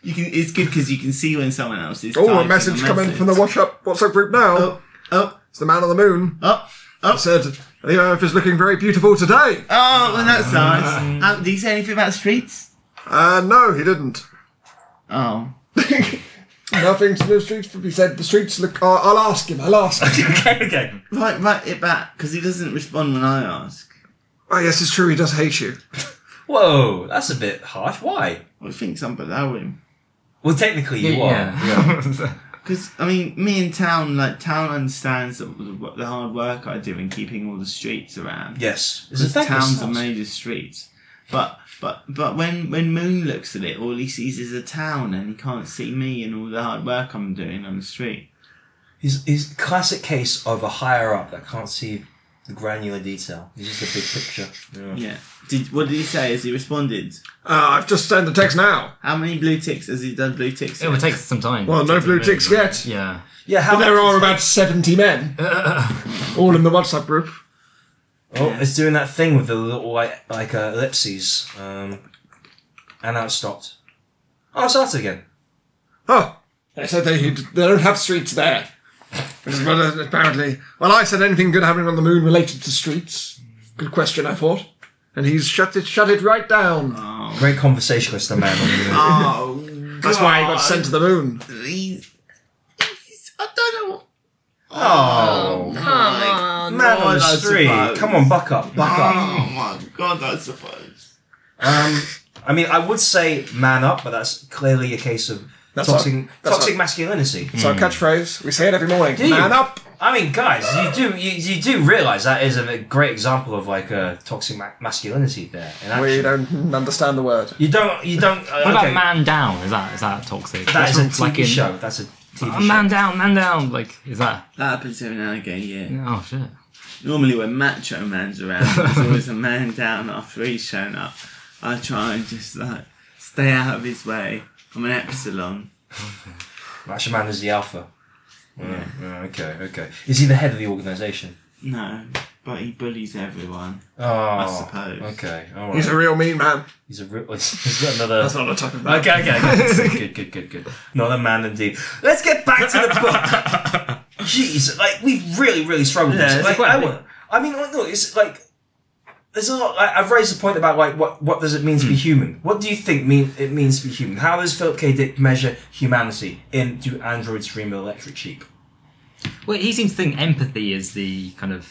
C: You can. It's good because you can see when someone else is.
B: Oh, a
C: typing Oh,
B: message coming from the watch up WhatsApp group now.
C: Up, up,
B: It's the man on the moon.
C: up, up.
B: Said the earth is looking very beautiful today.
C: Oh, well, that's nice. Um, did he say anything about streets?
B: Uh, no, he didn't.
C: Oh,
B: Nothing to do with streets. He said the streets look. Uh, I'll ask him. I'll ask. Him.
A: Okay, okay.
C: right, right, it back because he doesn't respond when I ask.
B: oh yes, it's true. He does hate you.
A: Whoa, that's a bit harsh. Why?
C: I think I'm below him.
A: Well, technically you are.
F: Yeah.
C: Because I mean, me in town, like town understands the, the hard work I do in keeping all the streets around.
A: Yes. It's a
C: because towns are
A: thankless task.
C: made of streets. But but but when when Moon looks at it, all he sees is a town, and he can't see me and all the hard work I'm doing on the street.
A: He's, he's a classic case of a higher up that can't see the granular detail. He's just a big picture.
C: Yeah. Did what did he say? Has he responded?
B: Uh, I've just sent the text now.
C: How many blue ticks has he done? Blue ticks.
F: it would take some time.
B: Well, no blue ticks yet.
F: yeah.
A: Yeah, how
B: But there are about seventy men, all in the WhatsApp group.
A: Oh, it's doing that thing with the little like, like uh, ellipses. Um, and now it's stopped. Oh, it started again.
B: Oh, they said they they don't have streets there. Which is what, uh, apparently. Well, I said anything good happening on the moon related to streets. Good question, I thought. And he's shut it, shut it right down.
A: Great conversationalist, the man. On the moon.
C: Oh,
B: That's why he got sent to the moon.
C: he's, he's, I don't know.
A: Oh,
E: Come on.
A: man on
C: God,
A: the
C: I
A: street.
C: suppose.
A: Come on, buck up, buck
B: Mm.
A: up.
C: Oh my god, I suppose.
A: Um, I mean, I would say man up, but that's clearly a case of
B: That's
A: toxic,
B: right. That's
A: toxic
B: right.
A: masculinity.
B: It's our catchphrase. We say it every morning.
A: you?
B: Man up.
A: I mean, guys, you do you, you do realize that is a great example of like a toxic ma- masculinity there. In
B: We
A: action.
B: don't understand the word.
A: You don't. You don't. Uh,
F: What about
A: okay,
F: man down? Is that is that toxic?
A: that is a TV
F: like in-
A: show. That's a TV show.
F: Oh, man down, man down. Like is that?
C: That happens every now and again, yeah.
F: Oh shit.
C: Normally, when Macho Man's around, there's always a man down after he's shown up. I try and just like stay out of his way. I'm an epsilon.
A: Macho Man is the alpha. Yeah, yeah, Okay. Okay. Is he the head of the organization?
C: No, but he bullies everyone.
A: Oh,
C: suppose.
A: Okay. All right.
B: He's a real mean man.
A: He's a real. Is that another?
B: That's not a type of man.
A: Okay, okay, okay. good, good, good, good. Not a man indeed. Let's get back to the book. Jeez, like we've really, really struggled. with
D: Yeah,
A: this.
D: it's
A: Like,
D: quite
A: I,
D: a bit.
A: wa- I mean, like, look, it's like there's a lot. I, I've raised the point about like what what does it mean to be
D: Hmm.
A: human? What do you think mean it means to be human? How does Philip K. Dick measure humanity? In do androids dream of electric sheep?
F: Well, he seems to think empathy is the kind of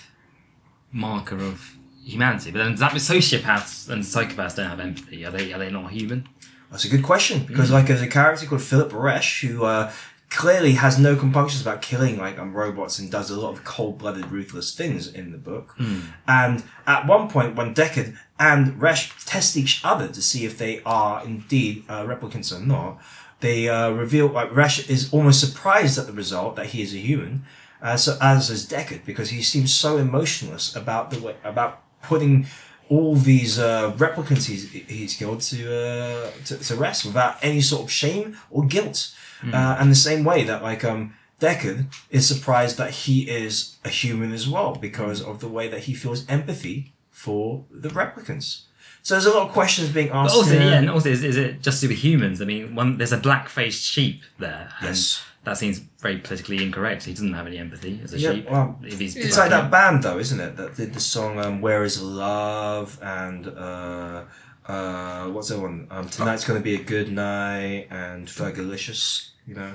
F: marker of humanity, but then does that mean sociopaths and psychopaths don't have empathy? Are they are they not human?
A: That's a good question because
D: Hmm.
A: like there's a character called Philip Resch who uh, clearly has no compunctions about killing like um, robots and does a lot of cold-blooded, ruthless things in the book.
D: Hmm.
A: And at one point, when Deckard and Resch test each other to see if they are indeed uh, replicants or not, they uh, reveal like Resch is almost surprised at the result that he is a human, as as is Deckard because he seems so emotionless about the way about putting all these uh, replicants he's, he's killed to, uh, to to rest without any sort of shame or guilt. Uh, and the same way that like um Deckard is surprised that he is a human as well because of the way that he feels empathy for the replicants. So there's a lot of questions being asked.
F: Also,
A: here.
F: yeah, and also is, is it just superhumans? I mean, one there's a black-faced sheep there. And
A: Yes.
F: That seems very politically incorrect. He doesn't have any empathy as a
A: Yeah,
F: sheep.
A: well,
F: if he's
A: It's
F: black.
A: like that band though, isn't it? That did the song um, "Where Is Love" and uh, uh, what's that one? Um, Tonight's gonna be a good night and Fergalicious. You know?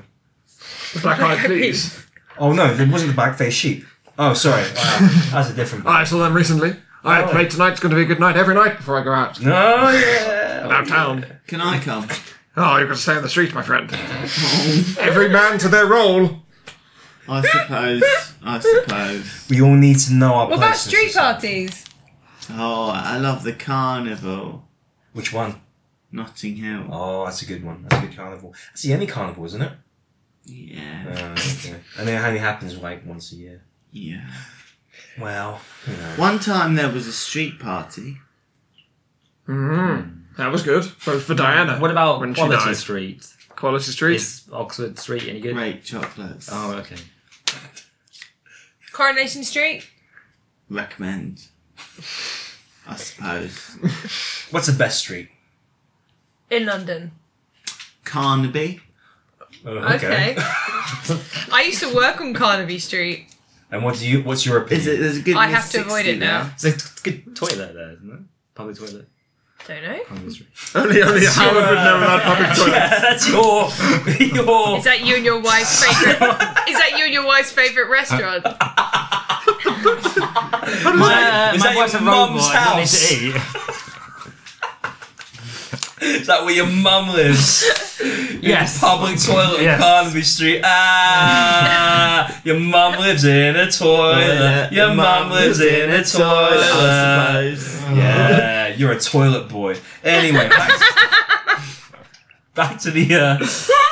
B: The black eyed please.
A: Oh no, it wasn't the Backface Sheep. Oh, sorry, uh, that's a different. Band.
B: I saw them recently. I
A: Oh.
B: played tonight's going to be a good night every night before I go out.
A: No, Oh, yeah.
B: Out of town.
C: Can I come?
B: Oh, you've got to stay in the street, my friend. every man to their role.
C: I suppose. I suppose.
A: We all need to know our.
E: What about
A: place in
E: street
A: society.
E: parties?
C: Oh, I love the carnival.
A: Which one?
C: Notting Hill.
A: Oh, that's a good one. That's a good carnival. That's the only carnival, isn't it?
C: Yeah.
A: Uh, okay. And it only happens like once a year.
C: Yeah.
A: Well,
C: One time there was a street party.
B: That was good. Both for Diana.
F: What about
B: When she
F: Quality
B: died.
F: Street?
B: Quality Street.
F: Is Oxford Street any good?
C: Great chocolates.
F: Oh, okay.
E: Coronation Street.
C: Recommend. I suppose.
A: what's the best street?
E: In London.
C: Carnaby.
E: Oh, Okay. I used to work on Carnaby Street.
A: And what do you? What's your opinion?
C: Is it? There's a good.
E: I
C: Miss
E: have to avoid
C: 60
E: it now.
F: It's a t- good toilet there, isn't it? Public toilet.
E: Don't know.
F: Oxford Street.
B: only only Howard would never had public toilet.
A: Yeah, that's your your.
E: Is that you and your wife's favorite? is that you and your wife's favorite restaurant?
A: My- is that your mum's house?
F: I need to eat.
A: Is that where your mum lives?
F: yes.
A: Public toilet
F: Yes.
A: on Carnaby Street. Ah, your mum lives in a toilet. Your mum lives in a toilet.
C: I suppose.
A: Yeah, you're a toilet boy. Anyway, back to, back to the uh,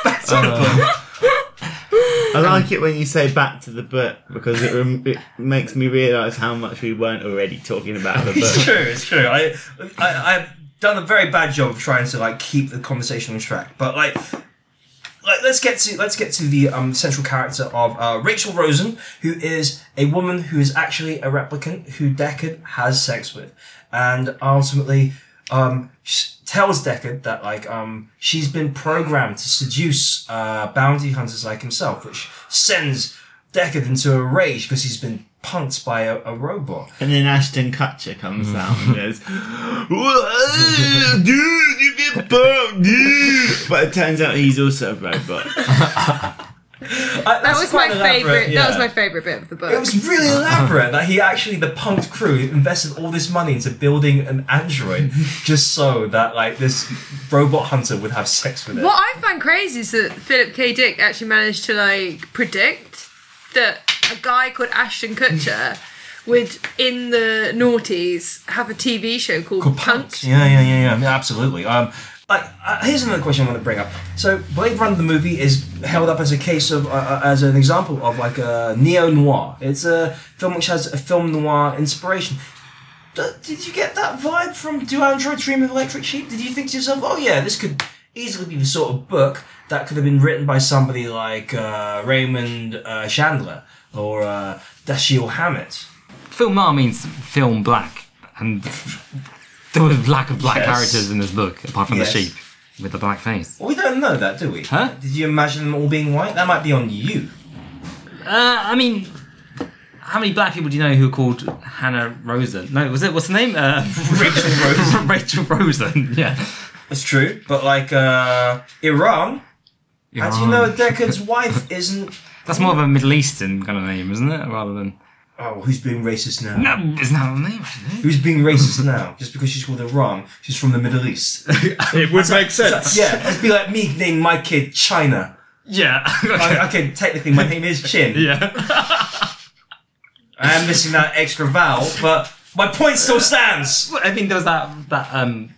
A: back to the book.
G: I like it when you say back to the book because it, rem- it makes me realise how much we weren't already talking about the
A: It's
G: book.
A: true. It's true. I, I I've done a very bad job of trying to like keep the conversation on track, but like. Like, let's get to let's get to the um, central character of uh, Rachel Rosen, who is a woman who is actually a replicant who Deckard has sex with, and ultimately um, sh- tells Deckard that like um, she's been programmed to seduce uh, bounty hunters like himself, which sends Deckard into a rage because he's been punked by a, a robot.
G: and then Ashton Kutcher comes out and goes, "Whoa, "Dude, you get bumped, dude!" But it turns out he's also a robot.
E: That was my favorite. That was my favorite bit of the book.
A: It was really elaborate that he actually the punked crew invested all this money into building an android just so that like this robot hunter would have sex with it.
E: What I find crazy is that Philip K. Dick actually managed to like predict that a guy called Ashton Kutcher would, in the noughties, have a TV show called,
A: Called
E: Punked.
A: Yeah, yeah, yeah, yeah. Absolutely. Um, I, I, here's another question I want to bring up. So, Blade Runner the movie is held up as a case of, uh, uh, as an example of like a neo noir. It's a film which has a film noir inspiration. D- Did you get that vibe from Do Androids Dream of Electric Sheep? Did you think to yourself, oh yeah, this could easily be the sort of book that could have been written by somebody like uh, Raymond uh, Chandler or uh, Dashiell Hammett?
F: Film noir means film black, and there was lack of black
A: Yes.
F: characters in this book, apart from
A: Yes.
F: the sheep with the black face.
A: We don't know that, do we?
F: Huh?
A: Did you imagine them all being white? That might be on you.
F: Uh, I mean, how many black people do you know who are called Hannah Rosen? No, was it what's the name? Uh,
A: Rachel Rosen.
F: Rachel Rosen. Yeah.
A: It's true, but like uh, Iran, how do you
F: Iran.
A: know Deckard's wife isn't?
F: That's more of a Middle Eastern kind of name, isn't it? Rather than uh,
A: Oh, who's being racist now?
F: no, it's not a name. actually.
A: Who's being racist now? Just because she's called Iran, she's from the Middle East.
B: It would make sense.
A: yeah, it'd be like me naming my kid China.
F: Yeah.
A: I, okay, technically my name is Chin.
F: yeah.
A: I am missing that extra vowel, but my point still stands.
F: I think there was that that um,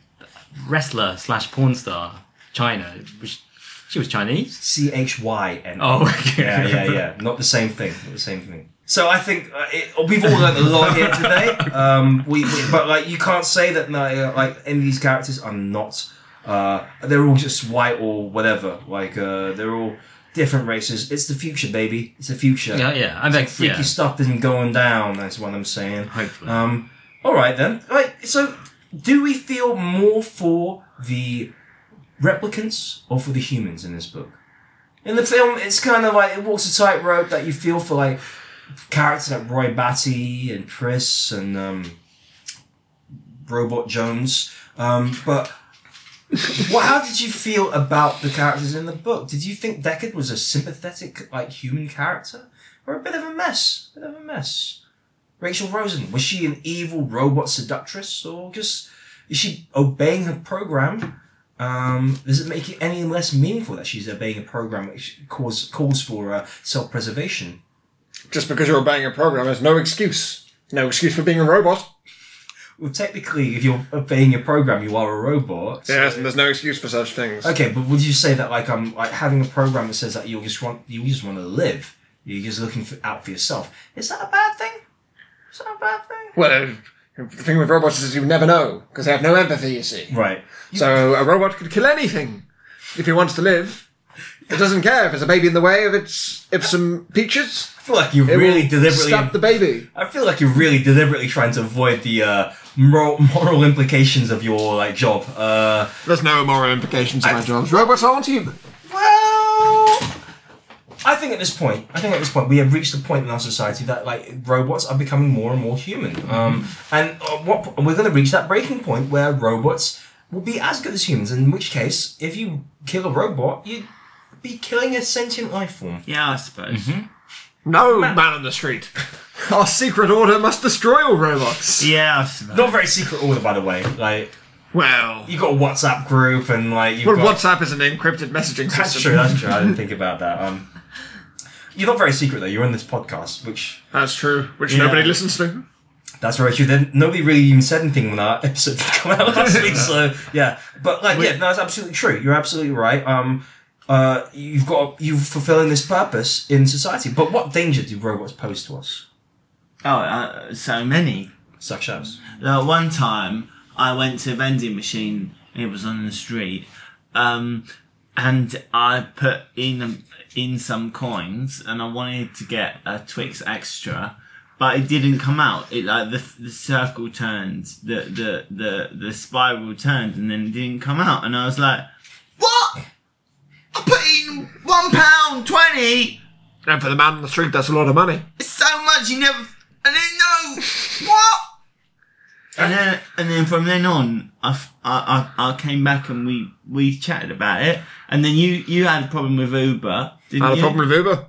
F: wrestler slash porn star China, which she was Chinese.
A: C H Y N.
F: Oh, okay.
A: yeah, yeah, yeah. Not the same thing. Not the same thing. So I think uh, it, we've all learned a lot here today. Um, we, we- but like you can't say that like, like any of these characters are not. Uh, they're all just white or whatever. Like uh, they're all different races. It's the future, baby. It's the future.
F: Yeah, yeah. I think
A: Freaky
F: yeah.
A: stuff isn't going down. That's what I'm saying.
F: Hopefully.
A: Um, all right then. Right. So, do we feel more for the replicants or for the humans in this book? In the film, it's kind of like it walks a tightrope that you feel for like characters like Roy Batty and Chris and um, Robot Jones. Um, but what, how did you feel about the characters in the book? Did you think Deckard was a sympathetic, like human character, or a bit of a mess? Bit of a mess. Rachel Rosen, was she an evil robot seductress or just is she obeying her program? Um, does it make it any less meaningful that she's obeying a program which calls, calls for uh, self preservation?
B: Just because you're obeying a program is no excuse. No excuse for being a robot.
A: Well, technically, if you're obeying a program, you are a robot.
B: Yes, and there's no excuse for such things.
A: Okay, but would you say that like um like having a program that says that you just want you just want to live, you're just looking for, out for yourself? Is that a bad thing?
B: Well, uh, the thing with robots is you never know because they have no empathy. You see,
A: Right.
B: so a robot could kill anything if it wants to live. It doesn't care if it's a baby in the way of its if some peaches.
A: I feel like you
B: It
A: really
B: will
A: deliberately.
B: stab the baby.
A: I feel like you're really deliberately trying to avoid the uh, moral, moral implications of your like job. Uh,
B: There's no moral implications to my jobs. Robots aren't human.
A: well, I think at this point, I think at this point, we have reached a point in our society that like robots are becoming more and more human. Um, and uh, what and we're going to reach that breaking point where robots will be as good as humans. In which case, if you kill a robot, you'd be killing a sentient life form.
C: Yeah, I suppose.
B: No man on the street. Our secret order must destroy all robots.
C: Yeah, I suppose.
A: Not very secret order, by the way. Like
B: Well,
A: you got a WhatsApp group and like you've
B: well,
A: got
B: WhatsApp is an encrypted messaging system.
A: That's true. That's true. I didn't think about that. Um, you're not very secret though. You're on this podcast, which
B: That's true, which nobody listens to.
A: that's very true. Then nobody really even said anything when our episode came out last week. So yeah, but like yeah, no, that's absolutely true. You're absolutely right. Um, uh, you've got you're fulfilling this purpose in society. But what danger do robots pose to us?
C: Oh, uh, so many.
A: Such as
C: Like one time, I went to a vending machine. It was on the street, um, and I put in um, in some coins, and I wanted to get a Twix extra, but it didn't come out. It like the the circle turned, the the the the spiral turned, and then it didn't come out. And I was like, "What? I put in one pound twenty.
B: And for the man on the street, that's a lot of money.
C: It's so much. You never. I didn't know what." And then, and then from then on, I, f- I- I- I came back and we, we chatted about it. And then you, you had a problem with Uber, didn't
B: I had a
C: you?
B: problem with Uber,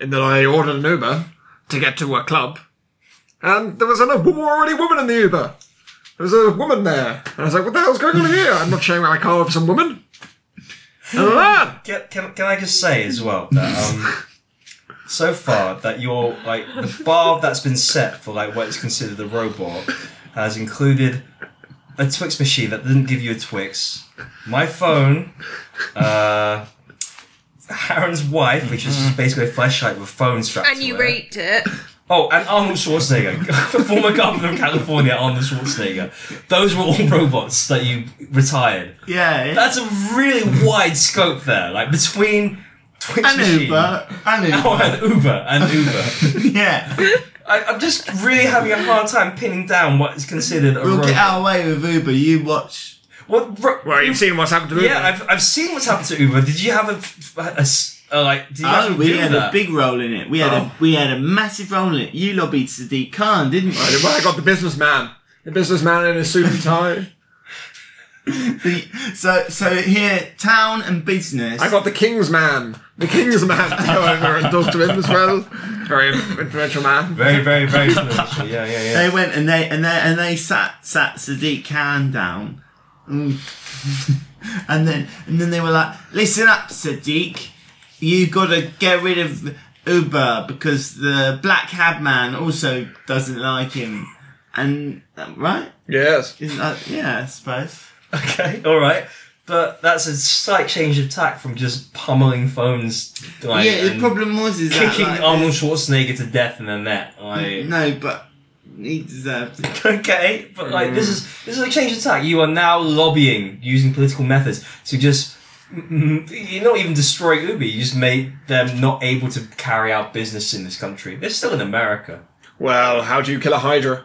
B: in that I ordered an Uber to get to a club, and there was an already woman in the Uber. There was a woman there, and I was like, "What the hell's going on here? I'm not sharing my car with some woman." And a man.
A: can, can, can I just say as well that um, so far that your like the bar that's been set for like what is considered the robot has included a Twix machine that didn't give you a Twix, my phone, uh, Aaron's wife, which is just basically a flashlight with phone strapped.
E: And
A: to
E: you
A: it.
E: raped it.
A: Oh, and Arnold Schwarzenegger, former governor of California, Arnold Schwarzenegger. Those were all robots that you retired.
C: Yeah. yeah.
A: That's a really wide scope there, like between Twitch
C: and
A: machine-
C: Uber. And Uber.
A: Oh, and Uber and Uber.
C: yeah.
A: I, I'm just really having a hard time pinning down what is considered a
C: We'll
A: robot.
C: get our way with Uber. You watch.
A: What? Ro-
B: Well, you've seen what's happened to Uber.
A: Yeah, I've, I've seen what's happened to Uber. Did you have a, a, s- a, like? Did you
C: Oh,
A: have to
C: we
A: do
C: had
A: that?
C: a big role in it. We had
A: Oh.
C: a we had a massive role in it. You lobbied Sadiq Khan, didn't you?
B: Well, I got the businessman. The businessman in his suit and tie.
C: so so here, town and business.
B: I got the king's man. The king's man to go over and talk to him as well. Very influential man.
A: very, very, very influential. Yeah, yeah, yeah.
C: they went and they and they and they sat sat Sadiq Khan down, Mm. and then and then they were like, "Listen up, Sadiq, you gotta get rid of Uber because the black cab man also doesn't like him." And uh, right,
B: Yes.
C: Isn't that, yeah, I suppose.
A: Okay, all right. But that's a slight change of tack from just pummeling phones. Like,
C: yeah, the
A: and
C: problem was is that
A: kicking
C: like,
A: Arnold Schwarzenegger to death in the net. Like,
C: no, but he deserved it.
A: okay, but like this is this is a change of tack. You are now lobbying using political methods to just mm, mm, you're not even destroying Uber. You just made them not able to carry out business in this country. They're still in America.
B: Well, how do you kill a hydra?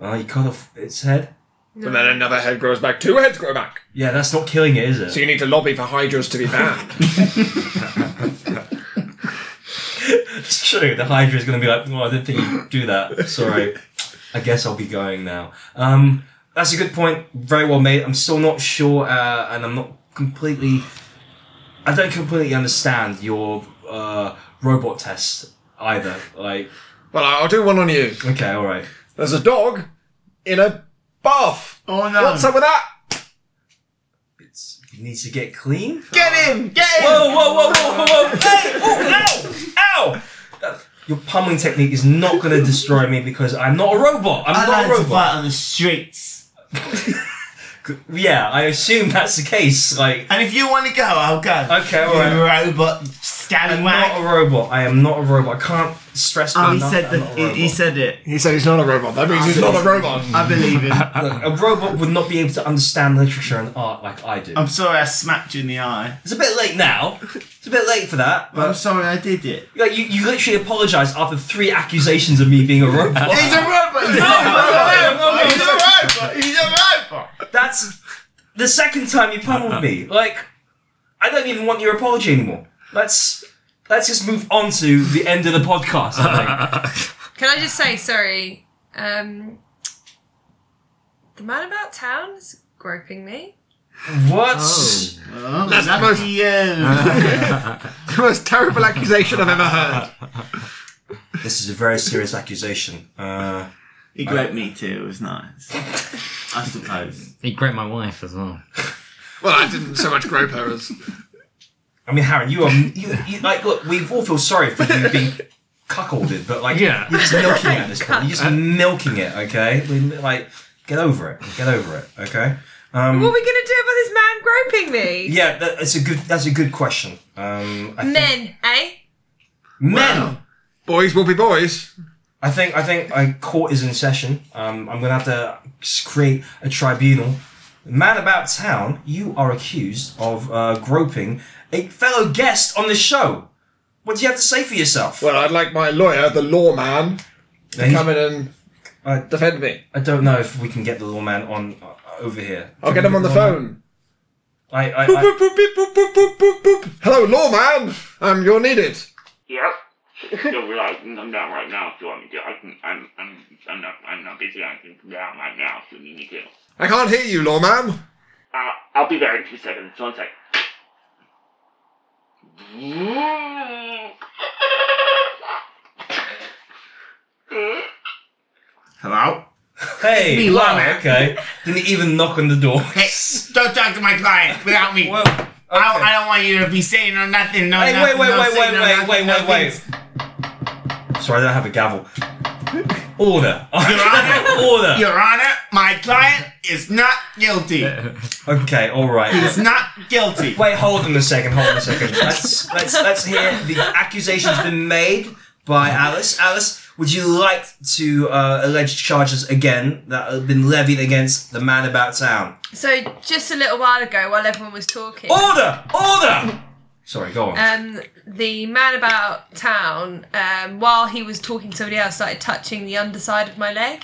A: Oh, you cut off its head.
B: And then another head grows back. Two heads grow back.
A: Yeah, that's not killing it, is it?
B: So you need to lobby for hydras to be banned.
A: It's true. The Hydra is going to be like, well, I didn't think you'd do that. Sorry. I guess I'll be going now. Um, that's a good point. Very well made. I'm still not sure, uh, and I'm not completely. I don't completely understand your uh, robot test either. Like,
B: Well, I'll do one on you.
A: okay, all right.
B: There's a dog in a bath.
C: Oh no!
B: What's up with that?
A: It's, you need to get clean.
C: Get him! Get him!
A: Whoa, Oh, whoa, whoa, whoa, whoa, whoa! Hey! Oh, ow! Ow! That- Your pummeling technique is not going to destroy me because I'm not a robot. I'm
C: I
A: not a
C: like to
A: robot.
C: fight on the streets.
A: Yeah, I assume that's the case. Like,
C: And if you want to go, I'll go.
A: Okay, all
C: you Robot.
A: not a
C: scallywag.
A: robot. I am not a robot. I can't stress
C: Oh, he
A: enough.
C: said
A: that I'm
C: that.
A: not a
C: He,
A: robot.
C: he said it.
B: He said he's not a robot. That means he's not a robot.
C: I believe him.
A: Look, a robot would not be able to understand literature and art like I do.
C: I'm sorry I smacked you in the eye.
A: it's a bit late now. It's a bit late for that.
C: I'm
A: But
C: sorry I did it.
A: like, you, you literally apologized after three accusations of me being a robot.
C: He's a robot! He's a robot! He's a robot!
A: That's the second time you pummeled me. Like, I don't even want your apology anymore. Let's let's just move on to the end of the podcast. I think.
E: Can I just say, sorry, um, the man about town is groping me.
A: what?
C: Oh, um,
B: That's
C: lucky
B: most-
C: you.
B: The most terrible accusation I've ever heard.
A: This is a very serious accusation. Uh,
C: He groped me too, it was nice. I suppose.
F: He grabbed my wife as well.
B: Well, I didn't so much grope her as.
A: I mean, Harry, you are you, you like look. We all feel sorry for you being cuckolded, but like
F: Yeah.
A: you're just milking it at this point. You're just milking it. Okay, We- like get over it. Get over it. Okay.
E: What are we gonna do about this man groping me?
A: Yeah, that, that's a good. That's a good question. Um, I think,
E: Men, eh?
A: men.
B: Boys will be boys.
A: I think I think I, court is in session. Um, I'm gonna have to create a tribunal. Man about town, you are accused of uh, groping a fellow guest on the show. What do you have to say for yourself?
B: Well, I'd like my lawyer, the lawman,
A: Then
B: come in and
A: I,
B: defend me.
A: I don't know if we can get the lawman on uh, over here.
B: I'll get him on the phone.
A: I, I,
B: Boop,
A: I
B: boop, boop, boop, boop, boop, boop, boop. Hello, lawman. Um, you're needed.
H: Yep. You'll be like, come down right now if you want me to. I can, I'm, I'm, I'm not, I'm not busy. I can come down right now if you need me to.
B: I can't hear you, lawman.
H: Uh, I'll be there in two seconds. One sec.
C: Hello?
A: hey, lawman. Okay, didn't even knock on the door.
C: Hey, don't talk to my client without me.
A: Whoa.
C: I, don't,
A: okay.
C: I don't want you to be saying no nothing, no
A: Hey, wait,
C: nothing,
A: wait,
C: no
A: wait,
C: say
A: wait,
C: no
A: wait,
C: nothing,
A: wait,
C: no
A: wait, wait.
C: things.
A: Sorry, I don't have a gavel. Order. Order.
C: Your Honor, my client is not guilty.
A: Okay, all right.
C: He's not guilty.
A: Wait, hold on a second. Hold on a second. Let's let's let's hear the accusation's been made by Alice. Alice, would you like to uh, allege charges again that have been levied against the man about town?
E: So just a little while ago, while everyone was talking,
A: Order! Order! Sorry, go on.
E: um, the man about town, um, while he was talking to somebody else, started touching the underside of my leg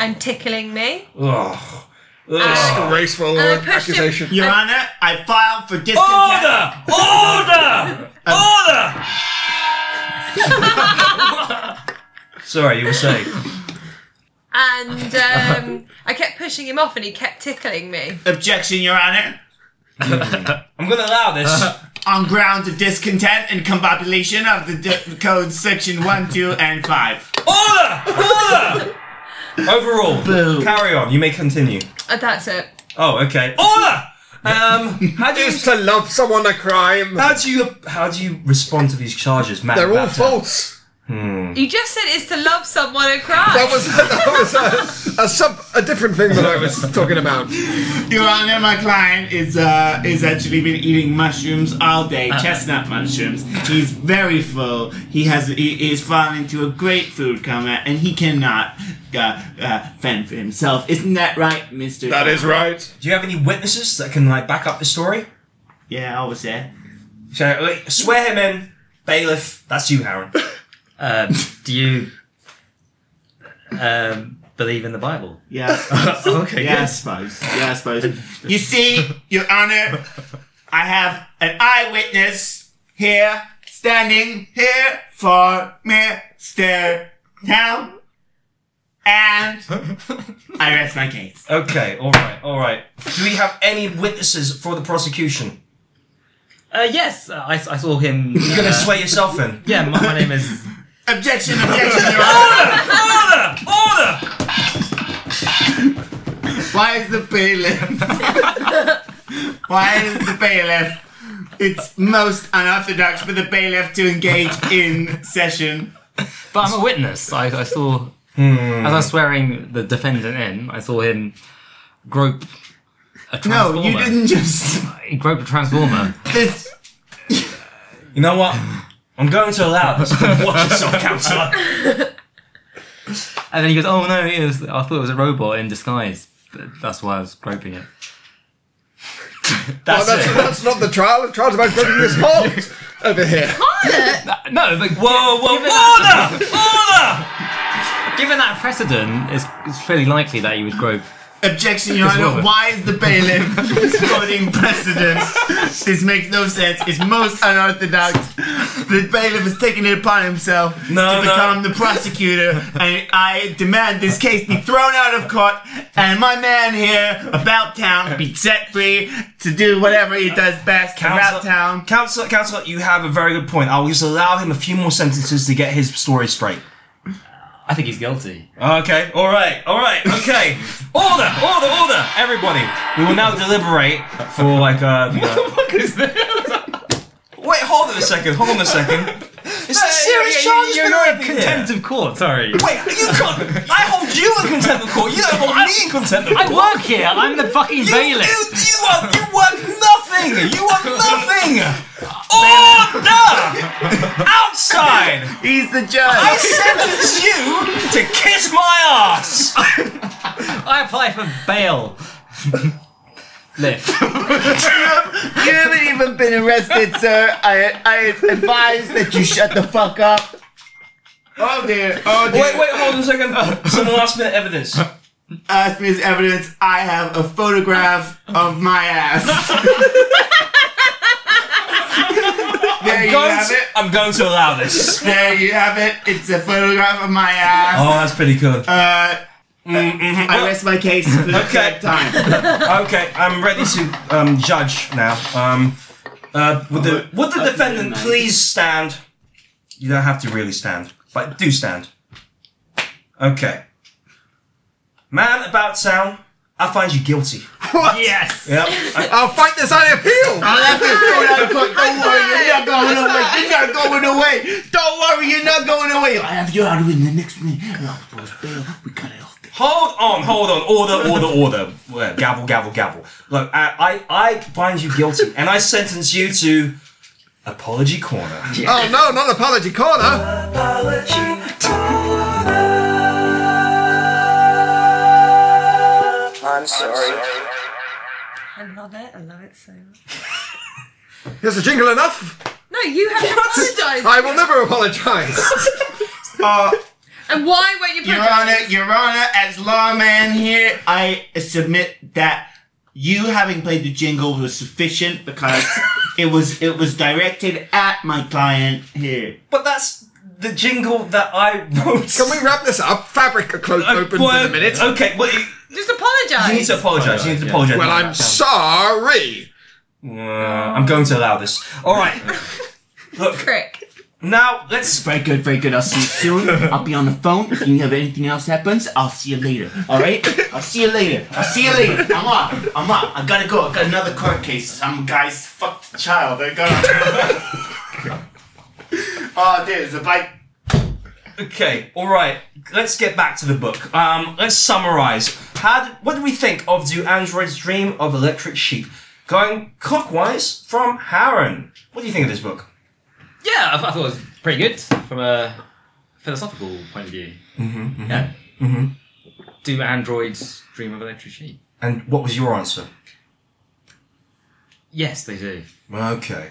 E: and tickling me.
A: Ugh. Ugh.
B: Oh. Disgraceful
E: I pushed
B: accusation.
C: Your Honor, I filed for discontent.
A: Order! Order! Order! Sorry, you were saying.
E: And um, I kept pushing him off, and he kept tickling me.
C: Objection, Your Honor.
A: I'm gonna allow this.
C: On grounds of discontent and combobulation of the di- code section 1, 2, and 5.
A: Order! Order! Overall, carry on. You may continue.
E: Uh, that's it.
A: Oh, okay. Order. Um, how do you
B: Is to love someone a crime.
A: how do you how do you respond to these charges, Matt? uh,
B: They're all
A: Baptist?
B: false.
E: You just said it's to love someone and cry.
B: That was that was a, a sub a different thing that I was talking about.
C: Your Honor, my client is uh is actually been eating mushrooms all day, chestnut mushrooms. He's very full. He has he, he's fallen into a great food coma, and he cannot uh, uh, fend for himself. Isn't that right, Mister?
B: right.
A: Do you have any witnesses that can like back up the story?
C: Yeah, I was there.
A: So, like, swear him in, bailiff. That's you, Harry.
F: Um, do you um, believe in the Bible?
C: Yeah. I suppose.
F: Okay,
C: yeah, I suppose. Yeah, I suppose. You see, Your Honor, I have an eyewitness here, standing here for Mister Town, and I rest my case.
A: Okay. All right. All right. Do we have any witnesses for the prosecution?
F: Uh, yes, uh, I, I saw him.
A: You're gonna
F: uh,
A: swear yourself in.
F: yeah, my, my name is.
C: Objection, objection, Your Honor!
A: Order! Order!
C: Why is the bailiff? Why is the bailiff? It's most unorthodox for the bailiff to engage in session.
F: But I'm a witness. I, I saw
A: Hmm.
F: as I was swearing the defendant in. I saw him grope a
C: No,
F: transformer.
C: you didn't just.
F: He groped a transformer.
C: This.
A: You know what? I'm going to allow this. Watch yourself, counselor.
F: And then he goes, "Oh no, it was, I thought it was a robot in disguise. But that's why I was groping it."
A: That's
B: Oh, that's,
A: it.
B: that's not the trial. The trial's about breaking this halt over here.
F: No, but whoa, whoa, given
A: Order! Order!
F: That, given that precedent, it's, it's fairly likely that he would grope.
C: Objection, Your Honor.
F: woman.
C: Why is the bailiff quoting precedent? This makes no sense. It's most unorthodox. The bailiff has taken it upon himself
A: No,
C: to
A: no.
C: become the prosecutor, and I demand this case be thrown out of court, and my man here about town be set free to do whatever he does best around town.
A: Counselor, counselor, you have a very good point. I'll just allow him a few more sentences to get his story straight.
F: I think he's guilty.
A: Okay, all right, all right, okay. order, order, order, everybody. We will now deliberate for like uh. You know.
F: What is this?
A: Wait, hold on a second. Hold on a second. It's a serious charge.
F: You're
A: not in
F: contempt of court.
A: Wait,
F: Sorry.
A: you can't. I hold you in contempt of court. You don't hold me in contempt of court.
F: I work here. I'm the fucking
A: You, you, you,
F: bailiff.
A: are, you are nothing. You are nothing. Order outside.
C: He's the
A: I
C: judge.
A: sentence you to kiss my ass.
F: I apply for bail. Lift.
C: You haven't even been arrested, sir. I, I advise that you shut the fuck up. Oh dear. Oh dear.
A: Wait, wait, hold on a second. Some last minute evidence.
C: asked me as evidence, I have a photograph of my ass. there you
A: Going
C: have
A: to-
C: it.
A: I'm going to allow this.
C: There you have it. It's a photograph of my ass.
A: Oh, that's pretty good.
C: Uh, I rest my case for the
A: Okay.
C: third time.
A: Okay, I'm ready to um, judge now. Um, uh, would the would the defendant please stand? You don't have to really stand, but do stand. Okay. Man about town, I find you guilty.
B: What?
F: Yes.
A: Yep. I,
B: I'll fight this on appeal.
C: I'll have to throw it out of court. Don't worry, you're not going away. You're not going away. Don't worry, you're not going away. I have you out in the next minute. Oh, boys, bail. We got it off.
A: hold on, hold on. Order, order, order. Well, gavel, gavel, gavel. Look, I, I I find you guilty, and I sentence you to apology corner.
B: Oh no, not apology corner.
I: I'm sorry.
E: I love it. I love it so much.
B: Is the jingle enough?
E: No, you have to apologise.
B: I will never apologise.
C: Uh,
E: And why were you
C: Your
E: apologising?
C: Honor, Your Honor, as lawman here, I submit that you having played the jingle was sufficient because it was it was directed at my client here.
A: But that's the jingle that I wrote.
B: Can we wrap this up? Fabric clo-
A: Uh,
B: opens
A: well,
B: in a minute.
A: Okay, well, you,
E: Just apologise.
A: you need to apologize. You need to apologize.
B: Well, I'm sorry.
A: Uh, I'm going to allow this. All right. Look,
E: prick.
A: now let's.
C: Very good, very good. I'll see you soon. I'll be on the phone. If you have anything else happens, I'll see you later. All right? I'll see you later. I'll see you later. I'm off. I'm off. I gotta go. I got another court case. Some guy's fucked the child. I gotta. oh, there's a bike.
A: Okay, all right. Let's get back to the book. Um, let's summarize. How did, what do we think of Do Androids Dream of Electric Sheep? Going clockwise from Harren. What do you think of this book?
F: Yeah, I, th- I thought it was pretty good from a philosophical point of view. Mm-hmm, Yeah. Mm-hmm. Do androids dream of electric sheep?
A: And what was your answer?
F: Yes, they do.
A: Okay.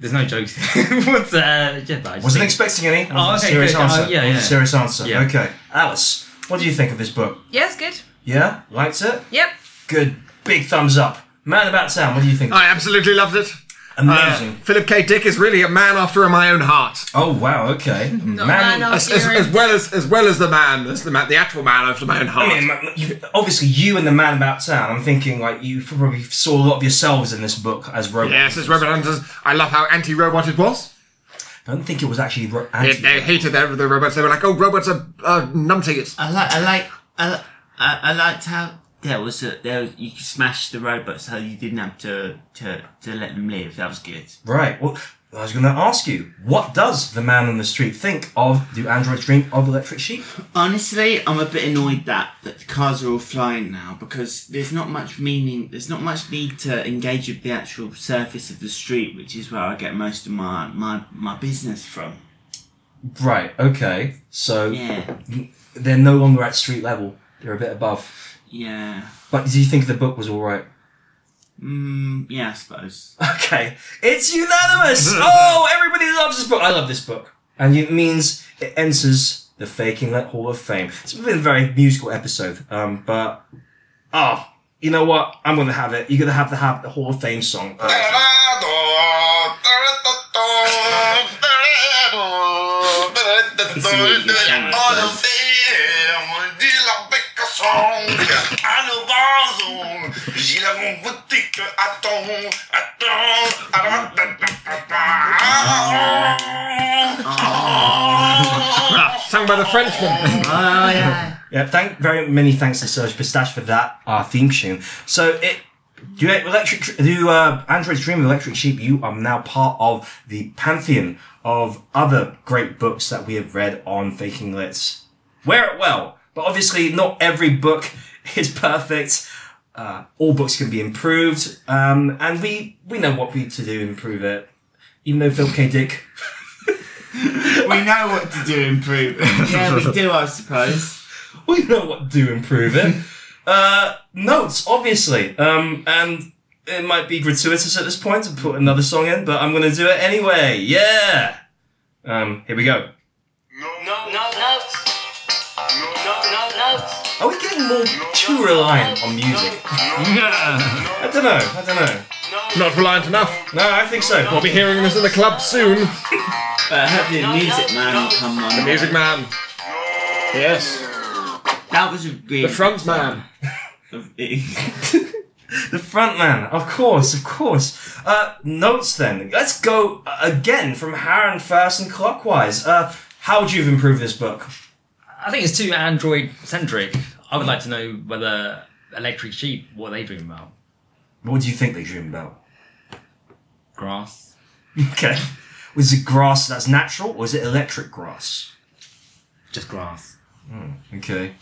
F: There's no jokes. What's uh, yeah, but I just
A: Wasn't
F: think-
A: expecting any. Wasn't
F: Oh,
A: a
F: okay,
A: serious
F: good.
A: answer.
F: Uh, yeah,
A: Wasn't a
F: yeah.
A: serious answer.
F: Yeah.
A: Okay. Alice, what do you think of this book?
E: Yes, good.
A: Yeah? Liked it?
E: Yep.
A: Good. Big thumbs up. Man About Town, what do you think?
B: I absolutely loved it. Uh,
A: Amazing.
B: Philip K. Dick is really a man after my own heart.
A: Oh wow, okay. Man,
E: man
B: As, as, as well as as well as the man, as the man, the actual man after my own heart.
A: I mean, ma- you, obviously you and the man about town. I'm thinking like you probably saw a lot of yourselves in this book as robots.
B: yes, as Robert Anderson, I love how anti-robot it was.
A: I don't think it was actually ro-
B: They,
A: anti.
B: they hated their, the robots. They were like, "Oh, robots are uh, numbtickets."
J: I like, I like, I, li- I, I liked how there was a there was, you could smash the robots, so you didn't have to to to let them live. That was good.
A: right. Well, I was going to ask you, what does the man on the street think of? Do androids dream of electric sheep?
C: Honestly, I'm a bit annoyed that, that the cars are all flying now because there's not much meaning, there's not much need to engage with the actual surface of the street, which is where I get most of my, my, my business from.
A: Right. Okay. So
C: Yeah,
A: they're no longer at street level; they're a bit above.
C: yeah.
A: But do you think the book was all right?
C: Mm, yeah, I suppose.
A: Okay, it's unanimous. oh, everybody loves this book. I love this book, and it means it enters the Faking Let Hall of Fame. It's been a very musical episode, um, but oh, you know what? I'm gonna have it. You're gonna have to have the Hall of Fame song. Uh,
B: Sung by the Frenchman.
C: Oh, yeah.
A: yeah, thank very many thanks to Serge Pistache for that uh, theme tune. So it. Do you- electric do uh, Android's Dream of Electric Sheep? You are now part of the pantheon of other great books that we have read on faking lists. Wear it well, but obviously not every book is perfect. Uh, all books can be improved, um, and we we know what we to do to improve it. Even though Phil K. Dick,
G: We know what to do, improve it.
C: Yeah, we do, I suppose.
A: we know what to improve it. Uh, notes, obviously, um, and it might be gratuitous at this point to put another song in, but I'm gonna do it anyway. Yeah. Um, here we go. Are we getting more too reliant on music? I don't know. I don't know.
B: Not reliant enough.
A: No, I think so.
B: I'll be hearing this in the club soon.
C: But hopefully, the music man will come on. The
B: Music man. Yes.
C: That was a really
B: The front man.
F: E.
A: The front man, of course, of course. Uh, notes then. Let's go uh, again from Harren first and clockwise. Uh, how would you have improved this book?
F: I think it's too android centric. I would like to know whether electric sheep, what they dream about.
A: What do you think they dream about?
F: Grass.
A: Okay. Was it grass that's natural, or is it electric grass?
F: Just grass.
A: Okay.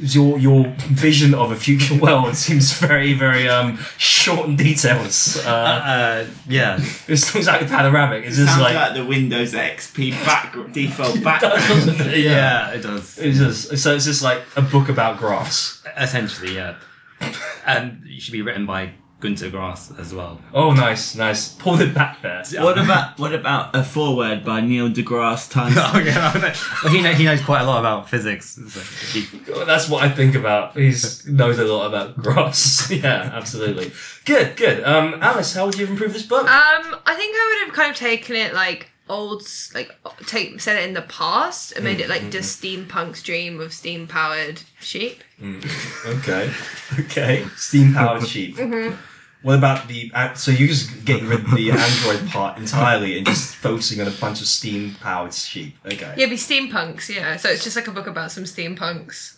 A: Your your vision of a future world seems very very um short in details. Uh,
F: Uh, yeah.
A: it's not exactly panoramic. It's just
C: Sounds
A: like,
C: like, the Windows XP back default back.
F: yeah. it does.
A: it's just so it's just like a book about grass.
F: Essentially, yeah. And it should be written by Gunter Grass as well.
A: Oh, nice, nice. Pulled it back there.
C: What about what about a foreword by Neil deGrasse Tyson?
F: Oh, yeah. well, he, know, he knows quite a lot about physics. so he-
A: Well, That's what I think about. He knows a lot about grass. yeah, absolutely. Good, good. Um, Alice, how would you improve this book?
E: Um, I think I would have kind of taken it like old, s- like take said it in the past and made it like just steampunk's dream of steam powered sheep.
A: Okay, okay. Steam powered sheep.
E: Mm-hmm.
A: What about the? uh, So you just getting rid of the android part entirely and just focusing on a bunch of steam powered sheep. Okay,
E: Yeah, it'd be steampunks. Yeah, so it's just like a book about some steampunks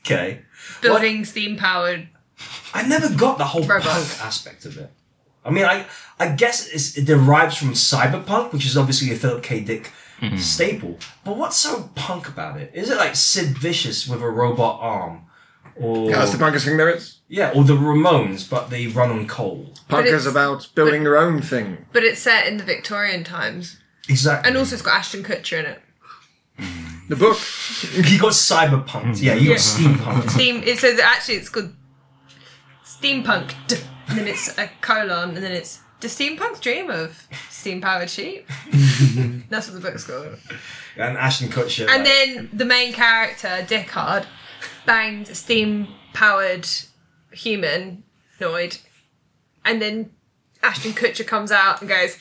A: okay.
E: building steam powered.
A: I never got the whole
E: Robots.
A: punk aspect of it. I mean, I I guess it's, it derives from cyberpunk, which is obviously a Philip K. Dick staple. But what's so punk about it? Is it like Sid Vicious with a robot arm, or
B: That's the punkest thing there is.
A: yeah, or the Ramones, but they run on coal?
B: Punk
E: it's-
B: is about building your own thing.
E: But it's set in the Victorian times,
A: Exactly.
E: and also it's got Ashton Kutcher in it.
B: The book.
A: you got cyberpunk. Yeah, you got steampunk.
E: Steam. It says actually it's called steampunk, and then it's a colon, and then it's the steampunk's dream of steam powered sheep. That's what the book's called.
A: and Ashton Kutcher. like-
E: And then the main character, Dickard, banged a steam powered humanoid. And then Ashton Kutcher comes out and goes,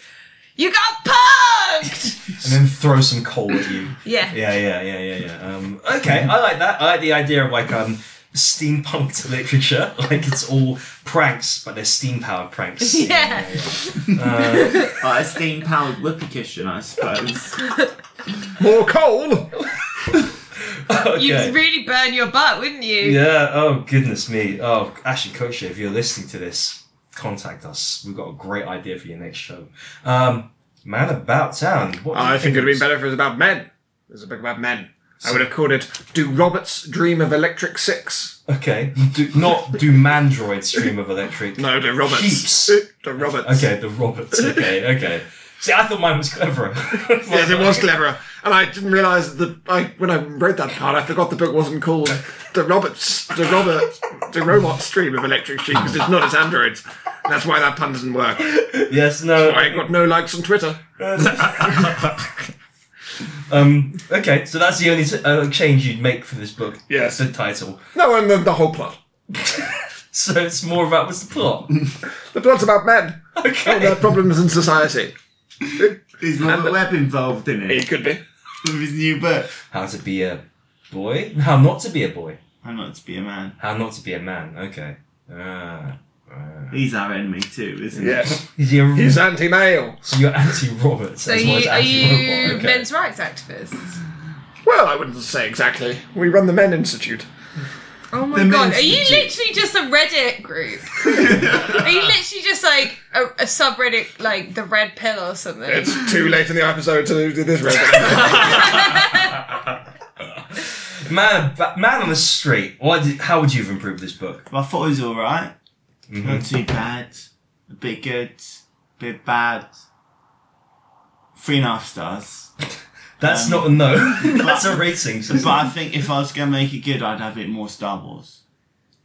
E: You got punked!
A: and then throw some coal at you.
E: Yeah.
A: Yeah, yeah, yeah, yeah, yeah. Um, okay, I like that. I like the idea of like um, steampunked literature. Like it's all pranks, but they're steam powered pranks.
E: Yeah.
C: Like a steam powered whoopee cushion, I suppose.
B: More coal.
A: Okay.
E: You'd really burn your butt, wouldn't you?
A: yeah. Oh goodness me. Oh, Ashton Kutcher, if you're listening to this, contact us. We've got a great idea for your next show. Um, Man about town. What do you
B: I think
A: it
B: it'd have
A: was?
B: been better if it was about men. It was a book about men. I would have called it Do Robots Dream of Electric Six?
A: Okay, do, not do Mandroid stream of electric.
B: No, Do Robots.
A: Sheeps.
B: Do Robots.
A: Okay, the Roberts. Okay, okay. See, I thought mine was cleverer.
B: Yes, it was cleverer. And I didn't realise that I when I wrote that part, I forgot the book wasn't called The Robots The Robert The Robot Stream of Electric Sheep because it's not its androids. And that's why that pun doesn't work.
A: Yes, no.
B: I got no likes on Twitter.
A: Um, okay, so that's the only uh, change you'd make for this book.
B: Yes.
A: The title.
B: No, and the, the whole plot.
A: So it's more about what's the plot.
B: The plot's about men and
A: Okay.
B: their problems in society.
C: Is Robert Webb involved in it
B: It could be.
C: with his new book?
A: How to be a boy? How not to be a boy?
C: I'm not to be a man.
A: How not to be a man? Okay. Ah.
C: He's our enemy too, isn't he?
B: Yes.
A: You're,
B: He's anti-male.
A: so you're anti-Robert.
E: So you, are you men's rights activists?
B: Well, I wouldn't say exactly. We run the Men Institute.
E: Oh my
C: The
E: god,
C: men's
E: are you
C: institute.
E: literally just a Reddit group? are you literally just like a, a subreddit, like the red pill or something?
B: It's too late in the episode to do this, Reverend.
A: Man, ba- man on the street. What? did- How would you have improved this book?
C: Well, I thought it was alright.
A: Mm-hmm.
C: Not too bad. A bit good. A bit bad. Three and a half stars.
B: Um,
A: That's not a no. that's a rating. So
C: But I think if I was going to make it good, I'd have it more Star Wars.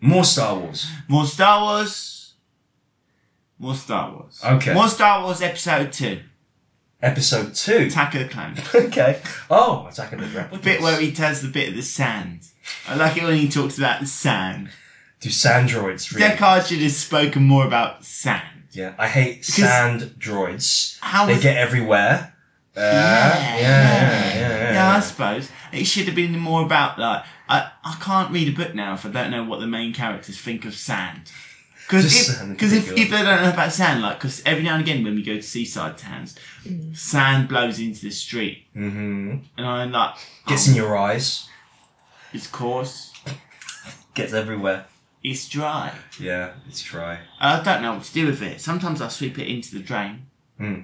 A: more Star Wars.
C: More Star Wars. More Star Wars.
A: Okay.
C: More Star Wars Episode 2.
A: Episode two.
C: Attack of the Clones.
A: Okay. Oh, Attack of the Replicants.
C: The bit where he tells the bit of the sand. I like it when he talks about the sand.
A: Do sandroids really?
C: Deckard should have spoken more about sand.
A: Yeah, I hate sand droids.
C: How
A: they
C: is-
A: get everywhere. Uh, yeah, yeah, yeah, yeah,
C: Yeah, I
A: yeah.
C: suppose. It should have been more about like I, I can't read a book now if I don't know what the main characters think of sand. Because
A: Just
C: if,
A: sand,
C: 'cause if, if
A: ridiculous.
C: they don't know about sand, like, because every now and again when we go to seaside towns, sand blows into the street. Mm-hmm. And I'm like, "Oh,
A: Gets in your eyes.
C: it's coarse,
A: Gets everywhere.
C: it's dry.
A: Yeah, let's try.
C: I don't know what to do with it. Sometimes I sweep it into the drain,
A: Hmm.